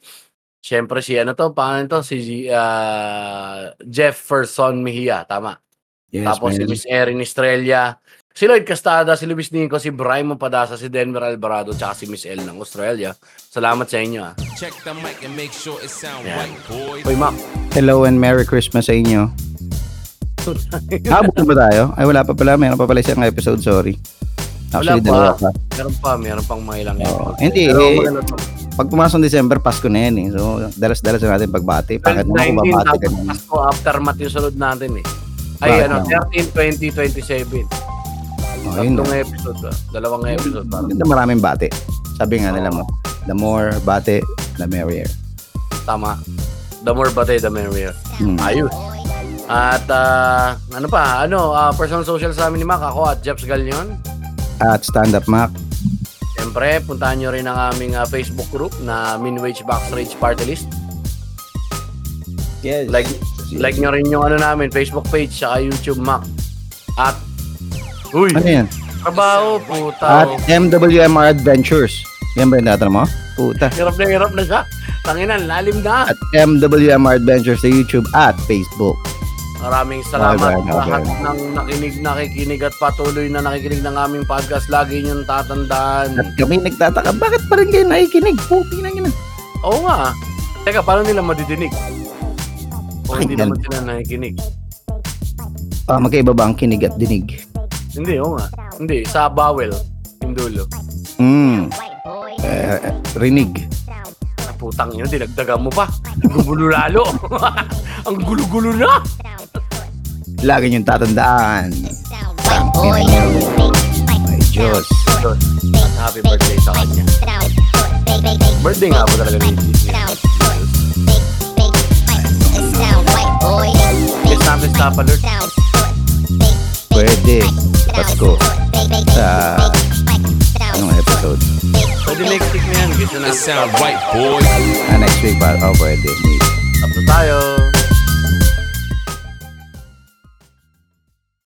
[SPEAKER 1] siyempre si ano to, pangalan to, si ah, Jefferson Mejia, tama?
[SPEAKER 2] Yes,
[SPEAKER 1] Tapos si
[SPEAKER 2] man.
[SPEAKER 1] Miss Erin Estrella, si Lloyd Castada, si Luis Nico, si Brian Padasa, si Denver Alvarado, tsaka si Miss L ng Australia. Salamat sa inyo, ah.
[SPEAKER 3] Check the mic and make sure it sound
[SPEAKER 1] Yeah.
[SPEAKER 3] right, boy.
[SPEAKER 1] Hoy, Mac.
[SPEAKER 2] Hello and Merry Christmas sa inyo. Habot Ah, ba tayo? Ay, wala pa pala. Meron pa pala isang episode, sorry. Actually,
[SPEAKER 1] Wala
[SPEAKER 2] dalawa pa.
[SPEAKER 1] Meron pa, meron pang mga ilang
[SPEAKER 2] Oo. Hindi,
[SPEAKER 1] Pero
[SPEAKER 2] eh,
[SPEAKER 1] maganda to.
[SPEAKER 2] Pag pumasok ng December, Pasko na yan eh. So, dalas-dalas na natin pagbati. Bakit na
[SPEAKER 1] 19
[SPEAKER 2] kung babati ka
[SPEAKER 1] tapos
[SPEAKER 2] naman?
[SPEAKER 1] Pasko after mat yung sunod natin eh. Ay
[SPEAKER 2] Bakit
[SPEAKER 1] ano,
[SPEAKER 2] naman?
[SPEAKER 1] 13, 20, 27.
[SPEAKER 2] Oh, yun na.
[SPEAKER 1] Tatlong episode ba? Dalawang episode ba?
[SPEAKER 2] Maganda maraming bate. Sabi nga nila mo, the more bate, the merrier.
[SPEAKER 1] Tama. The more batay, the merrier.
[SPEAKER 2] Hmm.
[SPEAKER 1] Ayos. At ah, ano pa, ano, ah, personal social sa amin ni Mac, ako at Jeps Galion.
[SPEAKER 2] At Stand Up Mac,
[SPEAKER 1] Siyempre, puntahan nyo rin ang aming ah, Facebook group na Minwage Backstage Party List.
[SPEAKER 2] yes.
[SPEAKER 1] Like, like nyo rin yung ano namin, Facebook page, saka YouTube Mac. At, uy,
[SPEAKER 2] Ano yan?
[SPEAKER 1] trabaho, puta.
[SPEAKER 2] At MWMR Adventures. Yan ba yung data mo? Puta.
[SPEAKER 1] Hirap na hirap na siya. Tanginan, lalim na.
[SPEAKER 2] At MWMR Adventures sa YouTube at Facebook.
[SPEAKER 1] Maraming salamat
[SPEAKER 2] Okay, okay.
[SPEAKER 1] sa lahat ng nakinig, nakikinig at patuloy na nakikinig ng aming podcast. Lagi niyong
[SPEAKER 2] At
[SPEAKER 1] tatandaan.
[SPEAKER 2] kami nagtataka, bakit pa rin kayo nakikinig? Puti na yun.
[SPEAKER 1] Oo nga. Teka, paano nila madidinig? O hindi
[SPEAKER 2] Pakinggan.
[SPEAKER 1] naman sila nakikinig?
[SPEAKER 2] Ah, magkaiba ba ang kinig at dinig?
[SPEAKER 1] Hindi, oo nga. Hindi, sa bawel. Yung dulo.
[SPEAKER 2] Hmm. Eh, rinig.
[SPEAKER 1] Ah, Putang ina, dinagdagan mo pa. Gugulo lalo. Ang gulo-gulo na.
[SPEAKER 2] Lagi niyong tatandaan. Ay, Diyos.
[SPEAKER 1] At happy birthday sa kanya. Birthday nga po talaga ni Disney. Yes, namin stop alert.
[SPEAKER 2] Pwede. Sa Pasko. Sa... Anong episode?
[SPEAKER 1] Pwede next week na yan. Gusto na.
[SPEAKER 3] It sound right, boy.
[SPEAKER 2] Ah, next week pa. Oh, pwede. Maybe.
[SPEAKER 1] Tapos tayo.